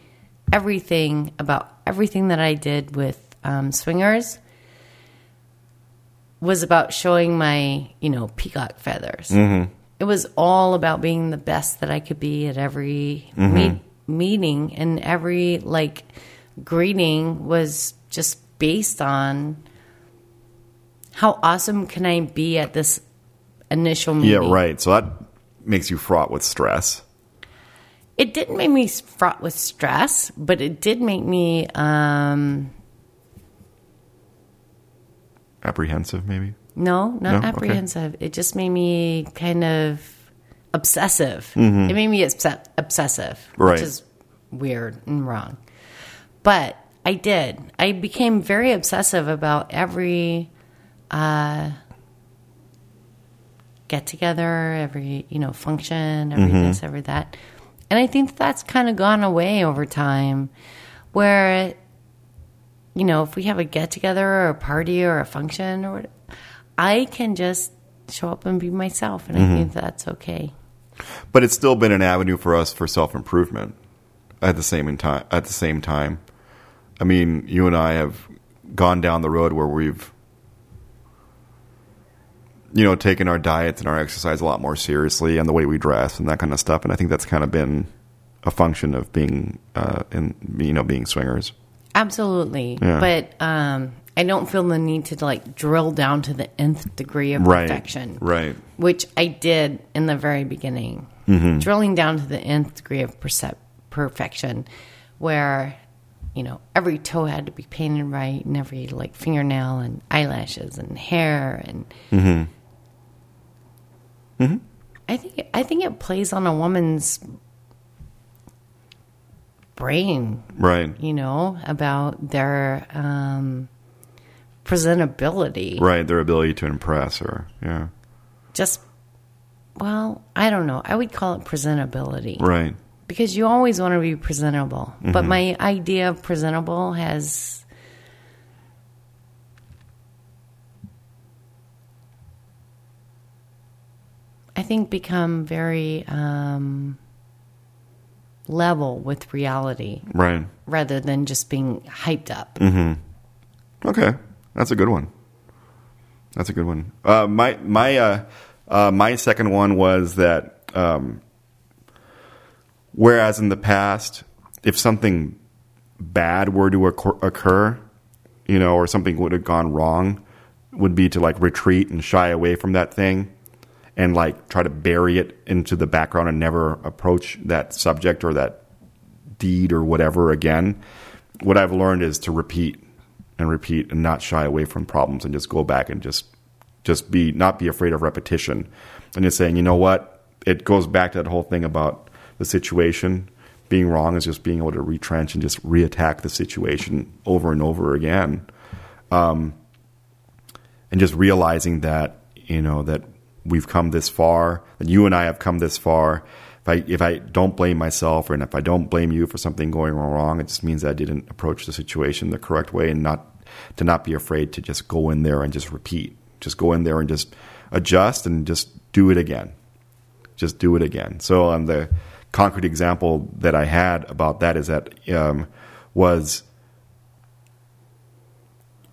everything about everything that I did with um, swingers was about showing my you know peacock feathers. It was all about being the best that I could be at every meet, meeting and every like greeting was just based on how awesome can I be at this initial Yeah, meeting. right. So that makes you fraught with stress. It didn't make me fraught with stress, but it did make me um, Apprehensive, maybe? no, No? not Okay. apprehensive. It just made me kind of obsessive. It made me obs- obsessive, Right. which is weird and wrong. But I did. I became very obsessive about every uh, get together, every you know function, every this, every that. And I think that's kind of gone away over time, where you know if we have a get together or a party or a function or what, I can just show up and be myself, and I think that's okay. But it's still been an avenue for us for self improvement. At the same in time, at the same time, I mean, you and I have gone down the road where we've, you know, taken our diets and our exercise a lot more seriously, and the way we dress and that kind of stuff. And I think that's kind of been a function of being, uh, in you know, being swingers. Absolutely. Yeah. But um, I don't feel the need to like drill down to the nth degree of perfection, Right. which I did in the very beginning, Mm-hmm. drilling down to the nth degree of percep- perfection, where you know every toe had to be painted right, and every like fingernail and eyelashes and hair and. Mm-hmm. I think I think it plays on a woman's brain Right. you know, about their um, presentability. Right. Their ability to impress, or yeah. Just, well, I don't know. I would call it presentability Right. Mm-hmm. because you always want to be presentable. But my idea of presentable has. I think become very um, level with reality Right. rather than just being hyped up. Okay, that's a good one. That's a good one. Uh, my my uh, uh, my second one was that. Um, whereas in the past, if something bad were to occur, occur you know, or something would have gone wrong, would be to like retreat and shy away from that thing and like try to bury it into the background and never approach that subject or that deed or whatever again. What I've learned is to repeat and repeat and not shy away from problems and just go back and just just be not be afraid of repetition and just saying, you know what? It goes back to that whole thing about the situation being wrong is just being able to retrench and just reattack the situation over and over again and just realizing that you know that we've come this far that you and I have come this far if I if I don't blame myself or if I don't blame you for something going wrong it just means that I didn't approach the situation the correct way and not to not be afraid to just go in there and just repeat just go in there and just adjust and just do it again just do it again. So, um, the concrete example that I had about that is that um, was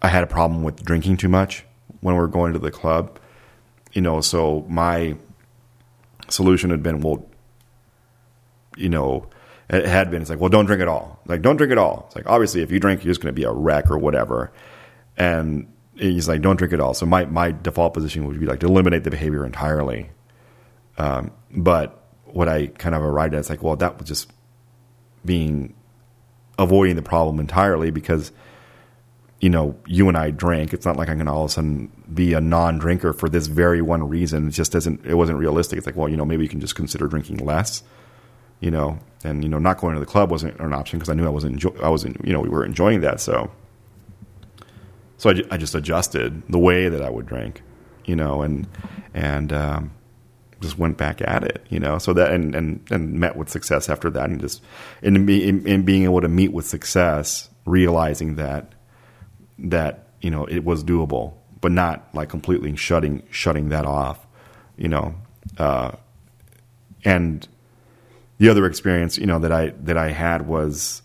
I had a problem with drinking too much when we were going to the club. You know, so my solution had been, well, you know, it had been, it's like, well, don't drink at all. Like, don't drink at all. It's like, obviously, if you drink, you're just going to be a wreck or whatever. And he's like, don't drink at all. So my, my default position would be like to eliminate the behavior entirely Um, but what I kind of arrived at is like, well, that was just being avoiding the problem entirely because you know you and I drink. It's not like I'm going to all of a sudden be a non-drinker for this very one reason. It just doesn't. It wasn't realistic. It's like, well, you know, maybe you can just consider drinking less. You know, and you know, not going to the club wasn't an option because I knew I wasn't. Enjoy- I wasn't. You know, we were enjoying that. So, so I, ju- I just adjusted the way that I would drink. You know, and and um, just went back at it, you know. So that and and and met with success after that, and just and be, in, in being able to meet with success, realizing that that you know it was doable, but not like completely shutting shutting that off, you know. Uh, and the other experience, you know, that I that I had was,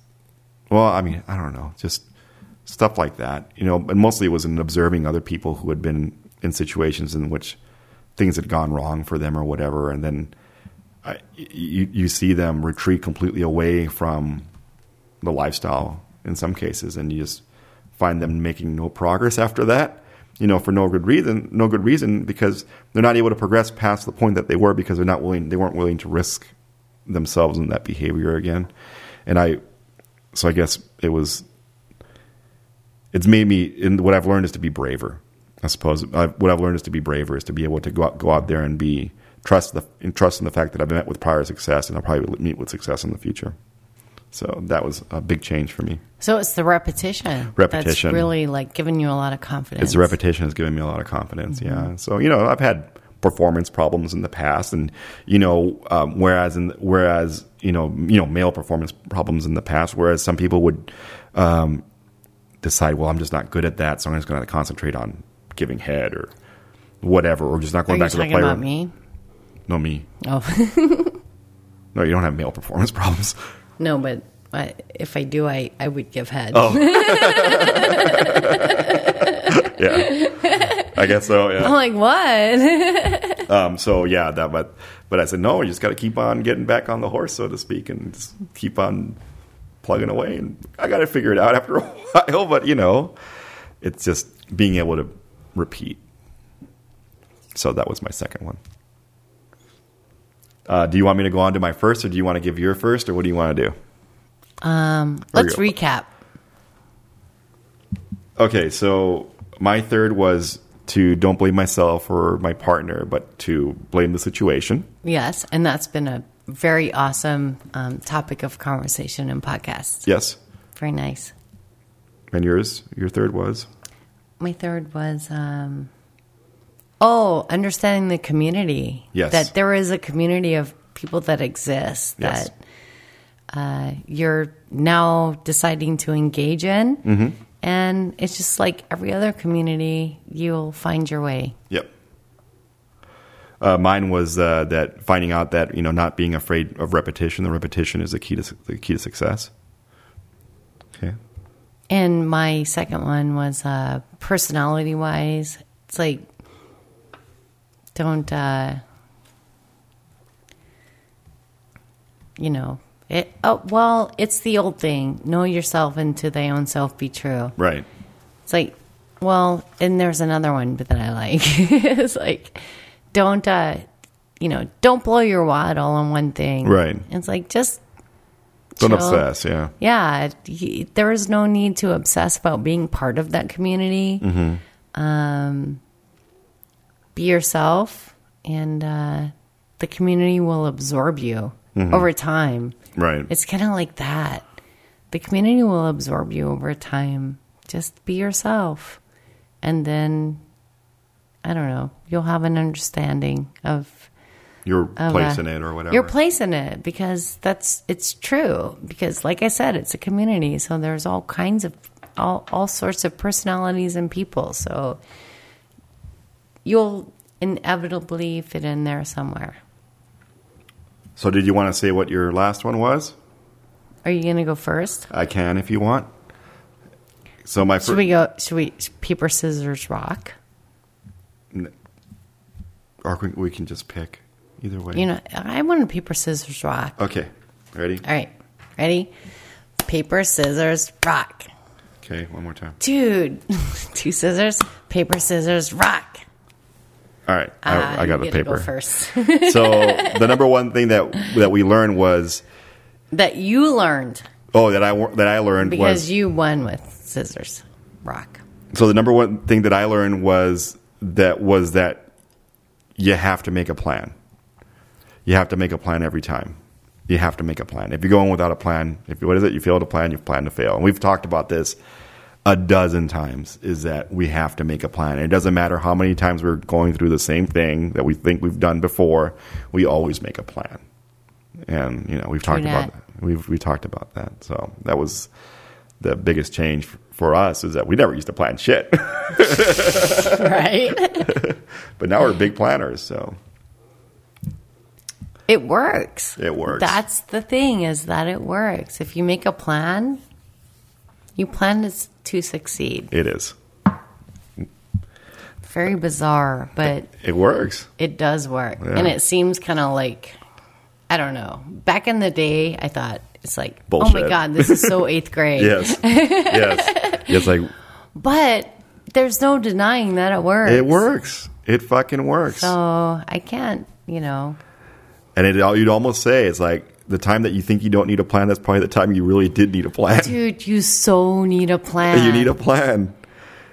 well, I mean, I don't know, just stuff like that, you know. And mostly it was in observing other people who had been in situations in which things had gone wrong for them or whatever, and then I, you you see them retreat completely away from the lifestyle in some cases, and you just find them making no progress after that. You know, for no good reason, no good reason, because they're not able to progress past the point that they were because they're not willing, they weren't willing to risk themselves in that behavior again. And I, so I guess it was it's made me and what I've learned is to be braver. I suppose i what I've learned is to be braver is to be able to go out, go out there and be trust the and trust in the fact that I've met with prior success and I'll probably meet with success in the future. So that was a big change for me. So it's the repetition. Repetition. That's really like giving you a lot of confidence. It's the repetition has given me a lot of confidence. Mm-hmm. Yeah. So you know I've had performance problems in the past, and you know um, whereas in whereas you know you know male performance problems in the past, whereas some people would um, decide, well, I'm just not good at that, so I'm just going to concentrate on giving head or whatever, or just not Are going you back to the talking playroom. about me? No, me. Oh No, you don't have male performance problems. no, but I, if I do, I, I would give head. Oh. Yeah, I guess so. I'm Yeah. like what? Um, so yeah, that. But but I said no. You just got to keep on getting back on the horse, so to speak, and just keep on plugging away. And I got to figure it out after a while. But you know, it's just being able to repeat. So that was my second one. Uh, do you want me to go on to my first, or do you want to give your first, or what do you want to do? Let's you- recap. Okay, so my third was to don't blame myself or my partner, but to blame the situation. Yes, and that's been a very awesome um, topic of conversation and podcast. Yes. Very nice. And yours, your third was? My third was um, oh, understanding the community. Yes. that there is a community of people that exist Yes. that uh, you're now deciding to engage in, Mm-hmm. and it's just like every other community, you'll find your way. Yep. Uh, mine was uh, that finding out that you know not being afraid of repetition. The repetition is the key to su- the key to success. Okay. And my second one was uh, personality wise. It's like, don't, uh, you know, it, oh, well, it's the old thing know yourself and to thy own self be true. Right. It's like, well, and there's another one that I like. it's like, don't, uh, you know, don't blow your wad all on one thing. Right. It's like, just Don't chill. obsess. Yeah. Yeah. he- there is no need to obsess about being part of that community. Um, be yourself, and uh, the community will absorb you over time. Right. It's kind of like that. The community will absorb you over time. Just be yourself. And then, I don't know, you'll have an understanding of Your of, place uh, in it or whatever. Your place in it because that's it's true because like I said it's a community so there's all kinds of all all sorts of personalities and people so you'll inevitably fit in there somewhere. so, did you want to say what your last one was? Are you going to go first? I can if you want. So my Should first. we go should we paper scissors rock? or we- we can just pick either way. You know, I wanted paper scissors rock. Okay. Ready? All right. Ready? Paper scissors rock. Okay. One more time. Dude, two scissors, paper scissors rock. All right. I, I got Uh, you the get to paper. go first. So the number one thing that that we learned was that you learned oh that I wa- that I learned because was you won with scissors, rock. so the number one thing that I learned was that was that you have to make a plan. You have to make a plan every time. You have to make a plan. If you're going without a plan, if you- what is it? You fail to plan, you plan to fail. And we've talked about this a dozen times is that we have to make a plan. And it doesn't matter how many times we're going through the same thing that we think we've done before, we always make a plan. And you know, we've talked about dat. that. We've we talked about that. So that was the biggest change f- for us is that we never used to plan shit. Right? but now we're big planners, so it works. It works. That's the thing is that it works. If you make a plan, you plan is to succeed. it is. Very bizarre, but It works. It does work. Yeah. And it seems kind of like, I don't know. Back in the day, I thought it's like, oh Bullshit. my God, this is so eighth grade. Yes. yes. It's like But there's no denying that it works. it works. It fucking works. So I can't, you know, And it you'd almost say it's like the time that you think you don't need a plan, that's probably the time you really did need a plan. dude, you so need a plan. you need a plan.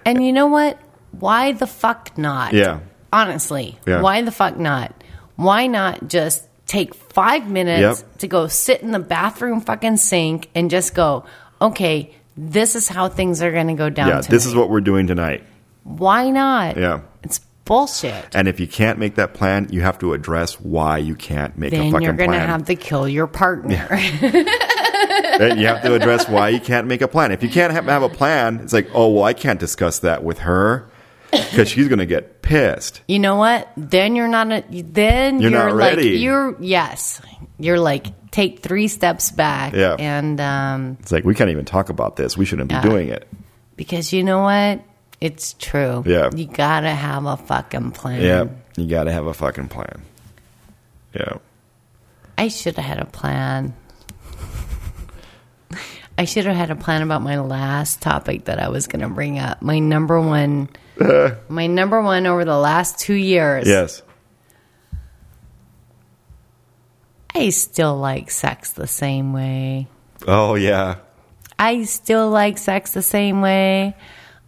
And you know what? Why the fuck not? Yeah. Honestly, Yeah. why the fuck not? Why not just take five minutes Yep. to go sit in the bathroom fucking sink and just go, okay, this is how things are going to go down. Yeah. This is tonight." what we're doing tonight. Why not? Yeah. It's bullshit. And if you can't make that plan, you have to address why you can't make a Then fucking you're going to plan. have to kill your partner. Right? you have to address why you can't make a plan. If you can't have, have a plan, it's like, oh well, I can't discuss that with her because she's going to get pissed. you know what? Then you're not. A, then You're you're, not like ready. you're yes. You're like take three steps back. Yeah. And um, It's like we can't even talk about this. We shouldn't be Yeah. doing it. because you know what? It's true. Yeah. You gotta have a fucking plan. Yeah, you got to have a fucking plan. Yeah. I should have had a plan. I should have had a plan about my last topic that I was going to bring up. My number one, my number one over the last two years. Yes. I still like sex the same way. Oh yeah. I still like sex the same way.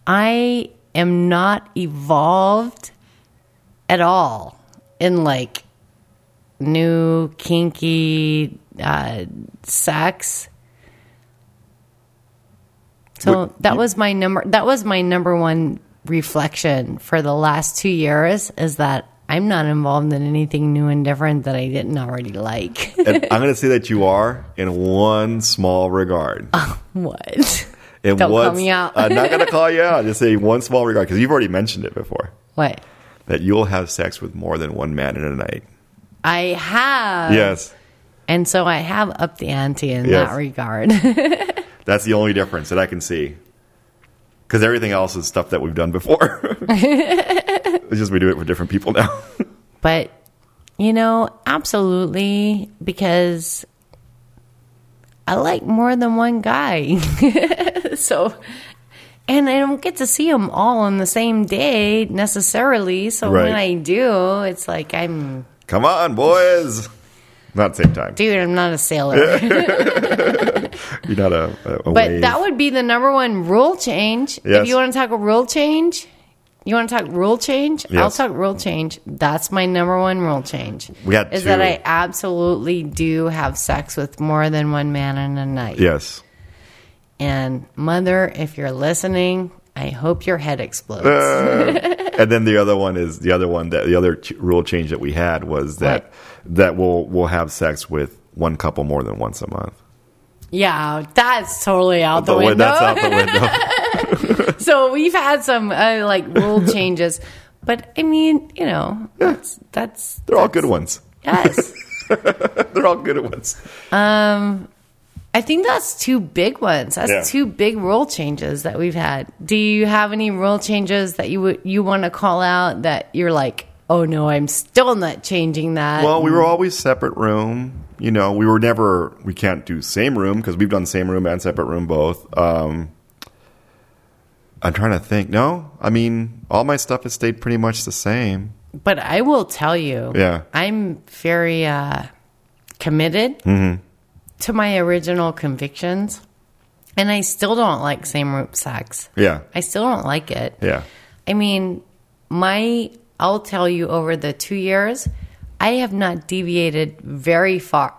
I am not evolved at all in like new kinky uh, sex. So What- that was my number. That was my number one reflection for the last two years is that I'm not involved in anything new and different that I didn't already like. And I'm going to say that you are in one small regard. what? In Uh, don't one- call me out. I'm not going to call you out. Just say one small regard because you've already mentioned it before What? that you'll have sex with more than one man in a night. I have. yes. And so I have upped the ante in Yes. that regard. That's the only difference that I can see. Because everything else is stuff that we've done before. it's just we do it for different people now. but, you know, absolutely, because I like more than one guy. so and I don't get to see them all on the same day necessarily. So Right. when I do, it's like I'm, Come on, boys. Not at the same time. dude, I'm not a sailor. You're not a, a, a but wave. that would be the number one rule change. Yes. If you want to talk a rule change, you want to talk rule change? I'll Yes. talk rule change. That's my number one rule change. We had is two. that I absolutely do have sex with more than one man in a night. yes. And mother, if you're listening, I hope your head explodes. Uh. and then the other one is the other one that the other ch- rule change that we had was that that we'll we'll have sex with one couple more than once a month. yeah, that's totally out the But window. when that's out the window. so we've had some uh, like rule changes, but I mean, you know, that's that's They're all good ones. yes. They're all good ones. I think that's two big ones. That's Yeah. two big rule changes that we've had. Do you have any rule changes that you would you want to call out that you're like, oh no, I'm still not changing that? Well, we were always separate room. You know, we were never we can't do same room because we've done same room and separate room both. Um, I'm trying to think. No, I mean all my stuff has stayed pretty much the same. but I will tell you, Yeah. I'm very uh, committed Mm-hmm. to my original convictions, and I still don't like same room sex. Yeah, I still don't like it. yeah, I mean, my I'll tell you over the 2 years, I have not deviated very far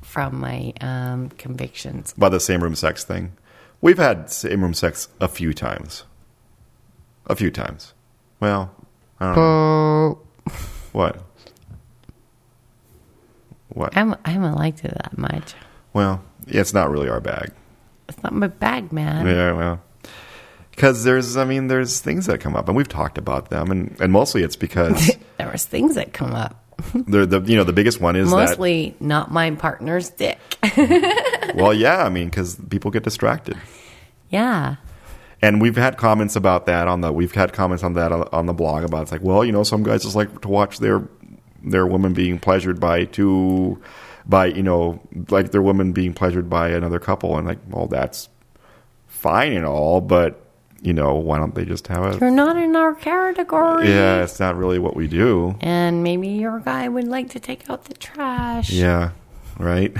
from my um, convictions. by the same room sex thing. We've had same room sex a few times. A few times. Well, I don't know. What? What? I'm I haven't liked it that much. Well, yeah, it's not really our bag. It's not my bag, man. Yeah, well, because there's, I mean, there's things that come up, and we've talked about them, and, and mostly it's because There was things that come up. they're the, you know, the biggest one is Mostly not my partner's dick. that. Well, yeah, I mean, because people get distracted, yeah. and we've had comments about that on the, we've had comments on that on, on the blog about it's like, well, you know, some guys just like to watch their their women being pleasured by two, by you know, like their women being pleasured by another couple, and like, well, that's fine and all, but you know, why don't they just have a You're not in our category. yeah, it's not really what we do. And maybe your guy would like to take out the trash. Yeah, right.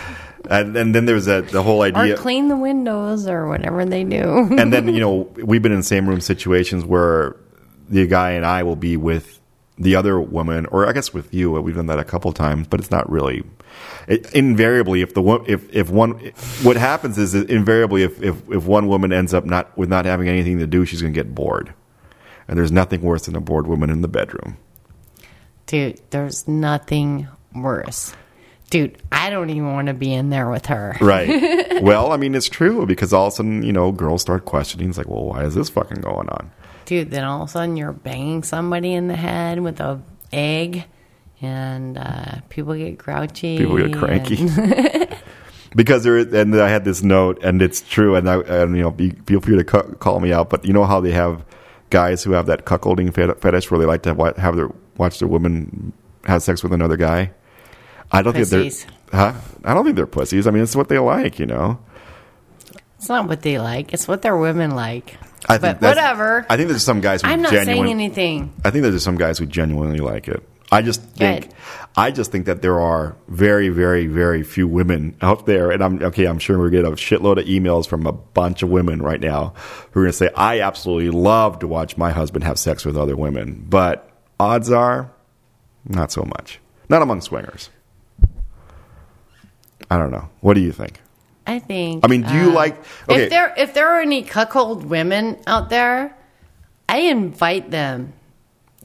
and, and then there's that the whole Or idea. clean the windows or whatever they do. and then you know we've been in same room situations where the guy and I will be with the other woman, or I guess with you. We've done that a couple times, but it's not really. It, invariably, if the wo- if if one, what happens is that invariably if, if if one woman ends up not with not having anything to do, she's going to get bored, and there's nothing worse than a bored woman in the bedroom. Dude, there's nothing worse. Dude, I don't even want to be in there with her. Right. well, I mean, it's true because all of a sudden, you know, girls start questioning. It's like, well, why is this fucking going on? Dude, then all of a sudden you're banging somebody in the head with a egg and uh, people get grouchy. People get cranky. and- because there, is- and I had this note, and it's true, and I, and you know, be, feel free to cu- call me out, but you know how they have guys who have that cuckolding fet- fetish where they like to wa- have their watch their woman have sex with another guy. I don't Pussies. think they're, huh? I don't think they're pussies. I mean, it's what they like, you know. it's not what they like, it's what their women like. I But that's- whatever. I think there's some guys. Who I'm not genuine, saying anything. I think there's just some guys who genuinely like it. I just think, Good. I just think that there are very, very, very few women out there, and I'm okay. I'm sure we're getting a shitload of emails from a bunch of women right now who are going to say, "I absolutely love to watch my husband have sex with other women," but odds are, not so much. Not among swingers. I don't know. What do you think? I think. uh, I mean, do you like? Okay, If there if there are any cuckold women out there, I invite them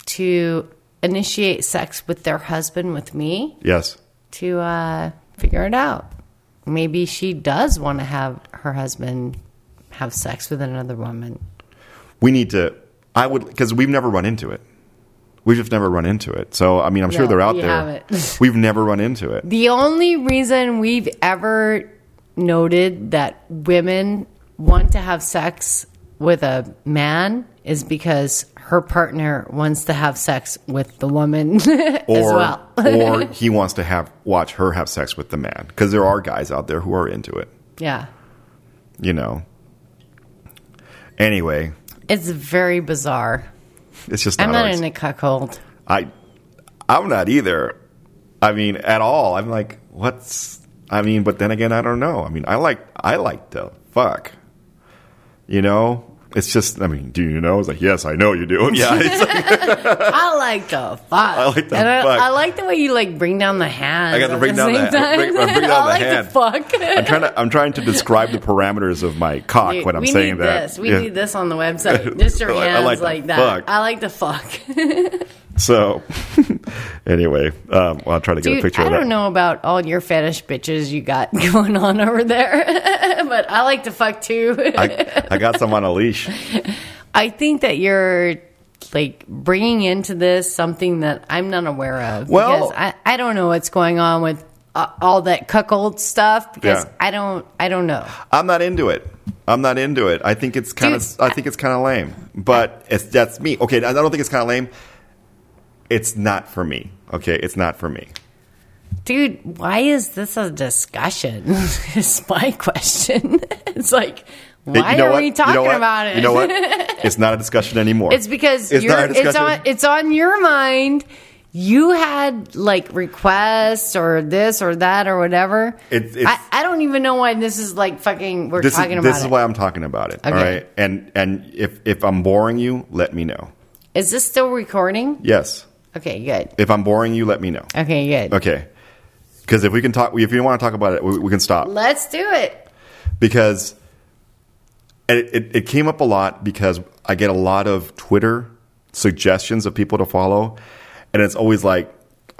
to initiate sex with their husband with me yes. to uh, figure it out. Maybe she does want to have her husband have sex with another woman. we need to i would because we've never run into it we've just never run into it so i mean i'm sure No, they're out we there haven't. we've never run into it The only reason we've ever noted that women want to have sex with a man is because her partner wants to have sex with the woman as or well. or he wants to have watch her have sex with the man because there are guys out there who are into it Yeah. you know Anyway, It's very bizarre. it's just not. I'm not ours. in a cuckold. I, I'm not either. I mean, at all. I'm like, what's? I mean, but then again, I don't know. I mean, I like, I like to fuck. You know, it's just. I mean, do you know? It's like, yes, I know you do. Yeah, it's like, I like the fuck. I like the I, fuck. I like the way you like bring down the hand. I got to at bring down the- same time. bring- bring down the I like hand. the fuck. I'm trying to. I'm trying to describe the parameters of my cock Dude, when I'm we saying need that. This. We Yeah. need this on the website. Just your I like- I hands like like, the that. fuck. I like the fuck. So, anyway, um, I'll try to get a Dude, picture I of that. don't know about all your fetish bitches you got going on over there, but I like to fuck too. I, I got some on a leash. I think that you're like bringing into this something that I'm not aware of. Well- because I, I don't know what's going on with uh, all that cuckold stuff because Yeah. I don't I don't know. I'm not into it. I'm not into it. I think it's kind of. Dude, I think it's kind of lame. But it's that's me. Okay, I don't think it's kind of lame. It's not for me. Okay, it's not for me. Dude, why is this a discussion? is my question. it's like why You know are what? we You know talking what? about it? You know what? It's not a discussion anymore. It's because It's you're, not a it's discussion. on it's on your mind. You had like requests or this or that or whatever. It's- it's- I, I don't even know why this is like fucking. We're this is, talking about this is it. why I'm talking about it. All Okay. right, and and if if I'm boring you, let me know. Is this still recording? Yes, Okay, good. if I'm boring you, let me know. Okay, good. Okay, because if we can talk, if you want to talk about it, we, we can stop. Let's do it. because and it, it, it came up a lot because I get a lot of Twitter suggestions of people to follow, and it's always like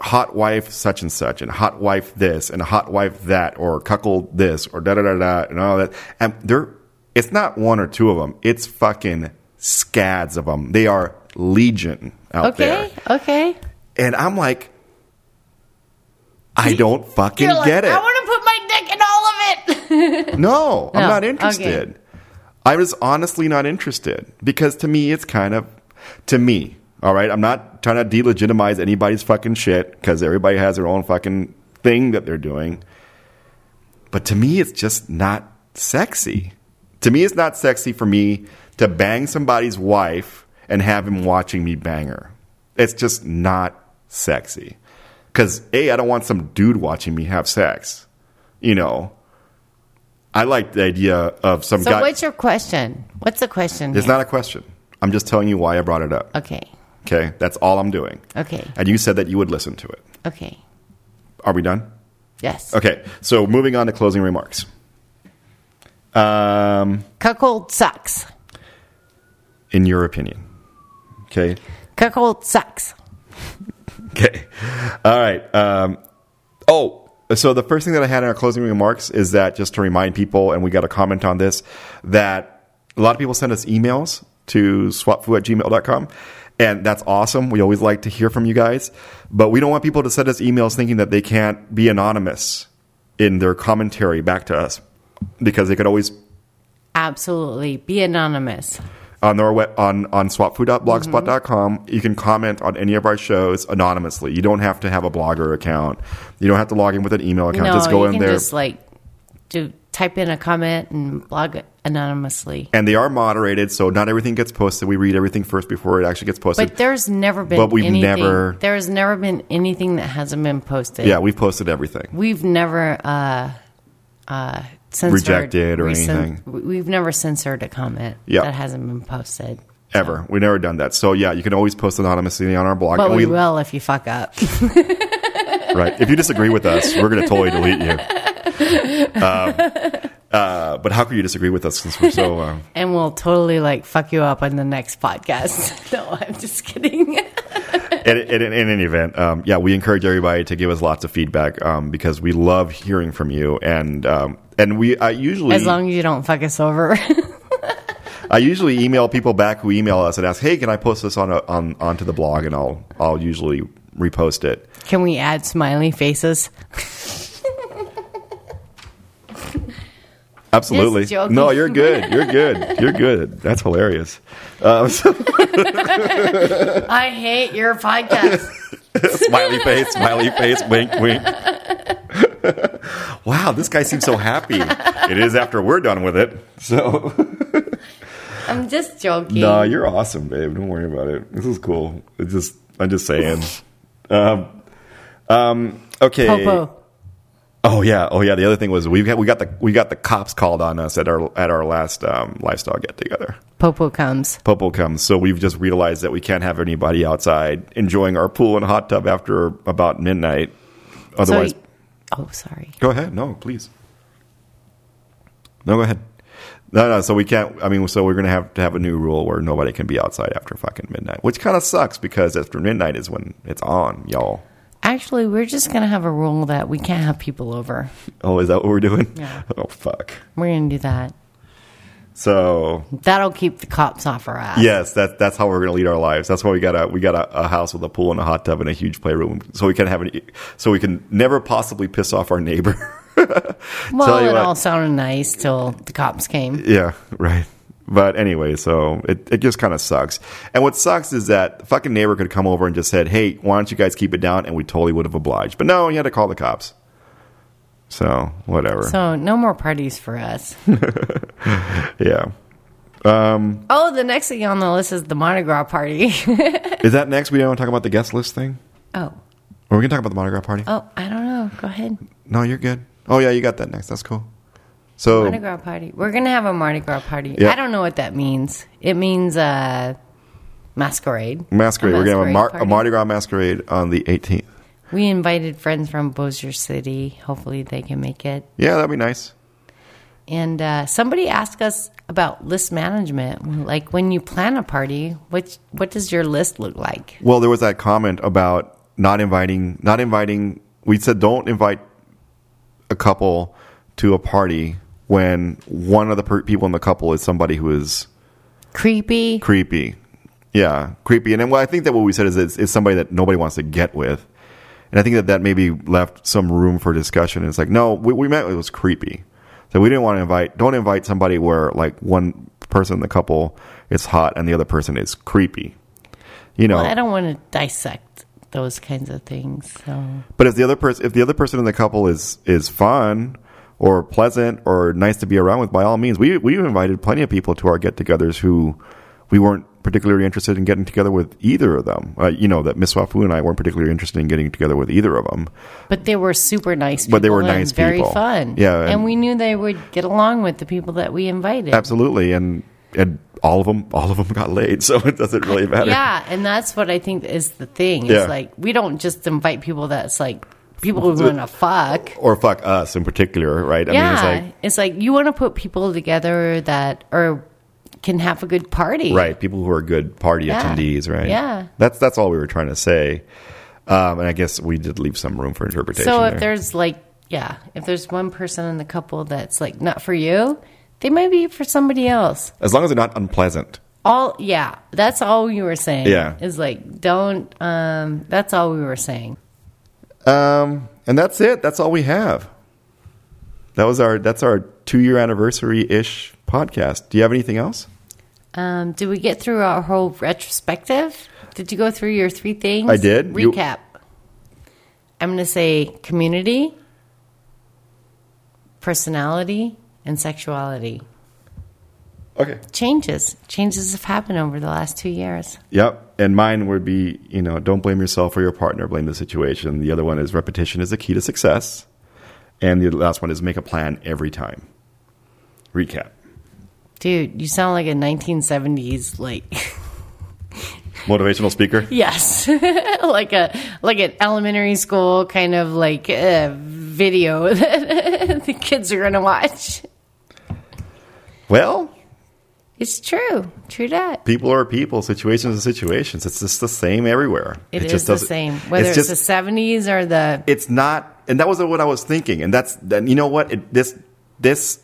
hot wife such and such, and hot wife this, and hot wife that, or cuckold this, or da da da da, and all that. And there, it's not one or two of them; it's fucking scads of them. They are legion out there, Okay, okay. and I'm like. I don't fucking You're like, get it. I want to put my dick in all of it. No, I'm No, not interested. I was honestly not interested because to me, it's kind of to me. All right, I'm not trying to delegitimize anybody's fucking shit because everybody has their own fucking thing that they're doing. But to me, it's just not sexy. To me, it's not sexy for me to bang somebody's wife and have him watching me bang her. It's just not sexy. Because, A, I don't want some dude watching me have sex. You know, I like the idea of some So, guy. what's your question? What's the question? it's here? not a question. I'm just telling you why I brought it up. okay, Okay. That's all I'm doing. okay, And you said that you would listen to it. okay. Are we done? Yes. Okay. So, moving on to closing remarks. Um, Cuckold sucks. in your opinion. Okay. Cuckold sucks. Okay. All right. Um, oh, so the first thing that I had in our closing remarks is that just to remind people, and we got a comment on this, that a lot of people send us emails to swapfoo at gmail.com. And that's awesome. We always like to hear from you guys. But we don't want people to send us emails thinking that they can't be anonymous in their commentary back to us because they could always Absolutely. Be anonymous. on our web, on on swapfood.blogspot.com. Mm-hmm. You can comment on any of our shows anonymously. You don't have to have a blogger account. You don't have to log in with an email account. no, just go you in can there. just like do type in a comment and blog it anonymously. and they are moderated, so not everything gets posted. We read everything first before it actually gets posted. But there's never been But we've anything, never- there has never been anything that hasn't been posted. yeah, we've posted everything. We've never uh uh censored Rejected or we cen- anything. we- we've never censored a comment Yeah. that hasn't been posted. Ever. We've never done that. So yeah, you can always post anonymously on our blog. But And we, will if you fuck up. right? If you disagree with us, we're going to totally delete you. Um, uh, but how could you disagree with us since we're so? Uh, and we'll totally like fuck you up on the next podcast. no, I'm just kidding. in, in, in, in any event, um, yeah, we encourage everybody to give us lots of feedback um, because we love hearing from you, and um, and we I usually as long as you don't fuck us over. I usually email people back who email us and ask, hey, can I post this on a, on onto the blog, and I'll I'll usually repost it. Can we add smiley faces? Absolutely, Just joking. no, you're good, you're good, you're good. That's hilarious. I hate your podcast. smiley face, smiley face, wink, wink. wow, this guy seems so happy. It is after we're done with it. So, I'm just joking. Nah, you're awesome, babe. Don't worry about it. This is cool. It's just I'm just saying. um, um, okay. Popo. Oh yeah, oh yeah. The other thing was we got we got the we got the cops called on us at our at our last um, livestock get together. Popo comes. Popo comes, so we've just realized that we can't have anybody outside enjoying our pool and hot tub after about midnight. Otherwise, So, oh, sorry. Go ahead. No, please. No, go ahead. No, no. So we can't. I mean, so we're gonna have to have a new rule where nobody can be outside after fucking midnight, which kind of sucks because after midnight is when it's on, y'all. Actually, we're just gonna have a rule that we can't have people over. Oh, is that what we're doing? Yeah. Oh fuck. We're gonna do that. So That'll keep the cops off our ass. yes, that that's how we're gonna lead our lives. That's why we got a we got a, a house with a pool and a hot tub and a huge playroom, so we can have an, e, so we can never possibly piss off our neighbor. Well, Tell you it what. all sounded nice till the cops came. Yeah, right. But anyway, so it, it just kind of sucks. And what sucks is that the fucking neighbor could come over and just said, hey, why don't you guys keep it down? And we totally would have obliged. But no, you had to call the cops. So whatever. So no more parties for us. yeah. Oh, the next thing on the list is the Mardi Gras party. Is that next? We don't want to talk about the guest list thing? oh, Are we going to talk about the monograph party? oh, I don't know. Go ahead. No, you're good. Oh, yeah, you got that next. That's cool. So, Mardi Gras party. We're gonna have a Mardi Gras party. Yeah. I don't know what that means. It means uh, masquerade. masquerade. We're going to have a, mar- a party. Mardi Gras masquerade on the 18th. We invited friends from Bossier City. Hopefully, they can make it. Yeah, that'd be nice. And uh, somebody asked us about list management. Like when you plan a party, what what does your list look like? Well, there was that comment about not inviting, not inviting. We said don't invite a couple to a party when one of the per- people in the couple is somebody who is Creepy. creepy. Yeah, creepy. And then what I think that what we said is it's, it's somebody that nobody wants to get with. And I think that that maybe left some room for discussion. It's like, no, we, we meant it was creepy. So we didn't want to invite, don't invite somebody where like one person in the couple is hot and the other person is creepy. You know, Well, I don't want to dissect those kinds of things. So But if the other person, if the other person in the couple is is fun or pleasant or nice to be around with, by all means, we we invited plenty of people to our get-togethers who we weren't particularly interested in getting together with either of them. Uh, you know that Miss Wafu and I weren't particularly interested in getting together with either of them. But they were super nice people. But they were and nice very people. fun. Yeah, And, and- we knew they would get along with the people that we invited. Absolutely, and and all of them, all of them got laid, so it doesn't really matter. Yeah. And that's what I think is the thing. It's Yeah. like we don't just invite people that's like people who want to fuck. Or fuck us in particular, right? I yeah. mean, it's like you want to put people together that are can have a good party. Right, people who are good party Yeah. attendees, right? Yeah. That's that's all we were trying to say. Um, and I guess we did leave some room for interpretation. So if there. there's like yeah, if there's one person in the couple that's like not for you, they might be for somebody else. as long as they're not unpleasant. all yeah that's all we were saying Yeah. is like don't um that's all we were saying Um, and that's it. That's all we have. That was our that's our two year anniversary ish podcast. Do you have anything else? um did we get through our whole retrospective did you go through your three things I did. You- recap i'm gonna say community personality and sexuality Okay. changes changes have happened over the last two years Yep. And mine would be you know don't blame yourself or your partner. Blame the situation. The other one is repetition is the key to success, and the last one is make a plan every time. Recap. dude you sound like a 1970s like Motivational speaker. Yes, like a like an elementary school kind of like uh, video that the kids are gonna watch. Well, It's true, true that people are people, situations are situations. It's just the same everywhere. it just is the doesn't- same. Whether it's, just, the seventies or the it's not, and that was what I was thinking. And that's, and you know what? It, this, this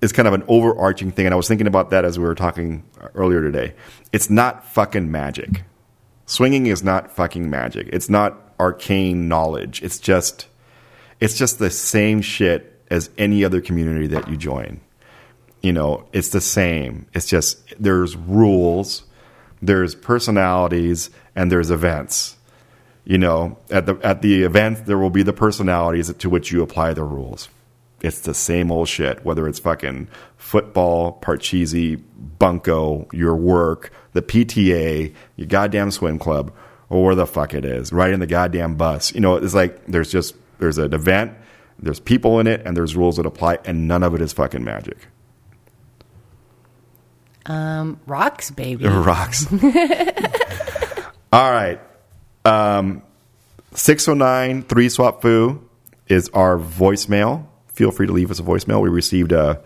is kind of an overarching thing. And I was thinking about that as we were talking earlier today. It's not fucking magic. Swinging is not fucking magic. It's not arcane knowledge. It's just, it's just the same shit as any other community that you join. You know, it's the same. It's just there's rules, there's personalities, and there's events. You know, at the at the event there will be the personalities to which you apply the rules. it's the same old shit, whether it's fucking football, Parcheesi, Bunko, your work, the PTA, your goddamn swim club, or where the fuck it is, riding the goddamn bus. You know, it's like there's just there's an event, there's people in it, and there's rules that apply, and none of it is fucking magic. Rocks, baby. It rocks. All right. Um, 609 3 swap foo is our voicemail. Feel free to leave us a voicemail. We received a,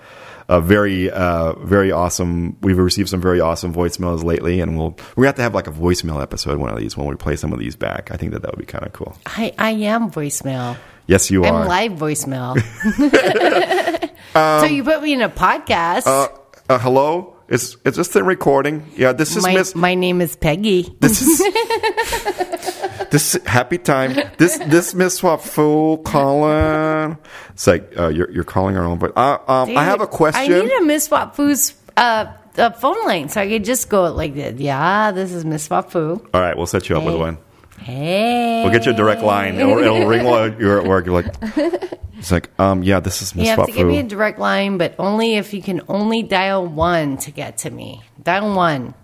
a very, uh, very awesome, we've received some very awesome voicemails lately, and we'll, we're going to have to have like a voicemail episode one of these when we play some of these back. I think that that would be kind of cool. I, I am voicemail. Yes, you are. I'm live voicemail. so you put me in a podcast. Um, uh, uh, hello? Is, is this thing recording? Yeah, this is my, Miss. my name is Peggy. This is this happy time. This this Miss Swap Fool calling. It's like uh, you're you're calling our own voice. Uh, um, I have a I question. need a Miss Wapu's uh, uh, phone line so I could just go like, this. yeah, this is Miss Wapu. All right, we'll set you up with Hey. one. Hey. We'll get you a direct line. It'll, it'll ring while you're at work. You're like, it's like, um, yeah, this is Miss You have Swap to give me a Fool. direct line, but only if you can only dial one to get to me. Dial one.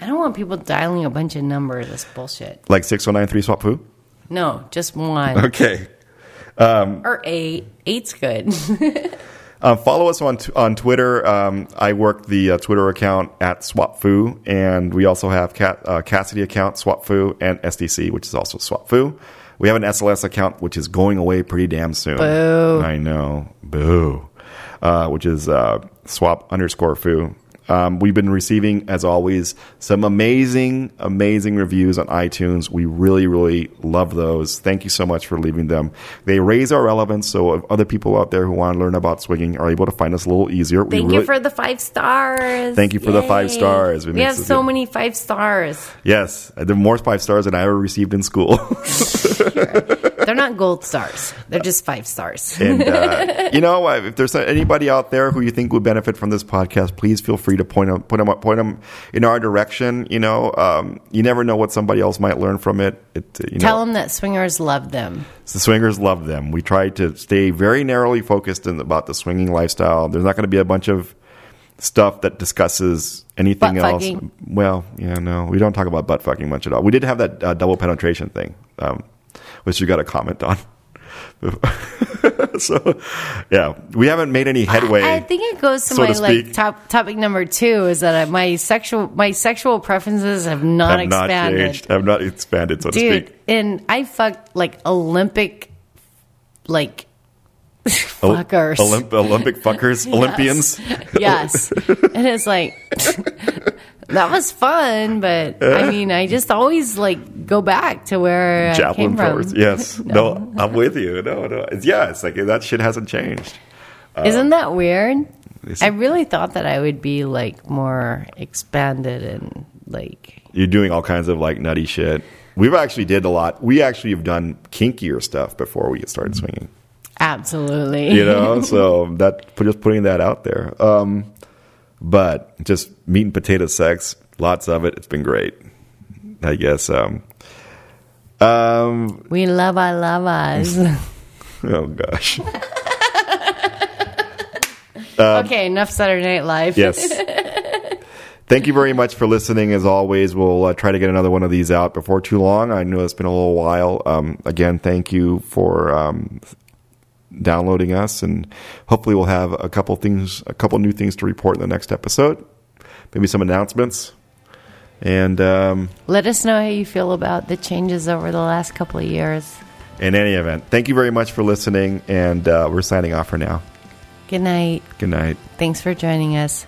I don't want people dialing a bunch of numbers. That's bullshit. Like six one nine three Swap Fool. No, just one Okay. or eight. Eight's good. Uh, follow us on t- on Twitter. Um, I work the uh, Twitter account at SwapFu, and we also have Cat, uh, Cassidy account SwapFu and SDC, which is also SwapFu. We have an SLS account, which is going away pretty damn soon. Boo! I know, boo. Uh, which is uh, swap underscore foo. Um, we've been receiving, as always, some amazing, amazing reviews on iTunes. We really, really love those. Thank you so much for leaving them. They raise our relevance, so if other people out there who want to learn about swinging are able to find us a little easier. We Thank really- you for the five stars. Thank you for the five Yay. stars. It we makes have us so feel- many five stars. yes, the more five stars than I ever received in school. They're not gold stars. They're just five stars. And uh, you know, if there's anybody out there who you think would benefit from this podcast, please feel free to point them, point them, point 'em in our direction. You know, um, you never know what somebody else might learn from it. it you Tell know, them that swingers love them. the swingers love them. We try to stay very narrowly focused in, about the swinging lifestyle. There's not going to be a bunch of stuff that discusses anything Butt else. fucking. Well, yeah, no, we don't talk about butt fucking much at all. We did have that uh, double penetration thing, um, which you got a comment on. so, yeah, we haven't made any headway. I think it goes to so my to like speak. top topic number two is that I, my sexual my sexual preferences have not I've not expanded. changed. I've not expanded, so to dude speak. and i fucked like olympic like Ol- fuckers Olymp- Olympic fuckers, Olympians. yes and it's like that was fun but i mean i just always like go back to where i Javelin came from throwers. Yes. No. I'm with you. No, no. It's, yeah, it's like that shit hasn't changed. isn't that weird It's- i really thought that i would be like more expanded and like You're doing all kinds of like nutty shit. We've actually did a lot. We actually have done kinkier stuff before we started swinging. absolutely You know, so that just putting that out there. Um, but just meat and potato sex, lots of it. It's been great. I guess. Um, um, we love our lovers oh gosh. okay enough saturday night live Yes. Thank you very much for listening. As always, we'll uh, try to get another one of these out before too long. I know it's been a little while. Um, again, thank you for um, downloading us, and hopefully, we'll have a couple things, a couple new things to report in the next episode. Maybe some announcements, and um, Let us know how you feel about the changes over the last couple of years. in any event, thank you very much for listening, and uh, we're signing off for now. Good night. Good night. Thanks for joining us.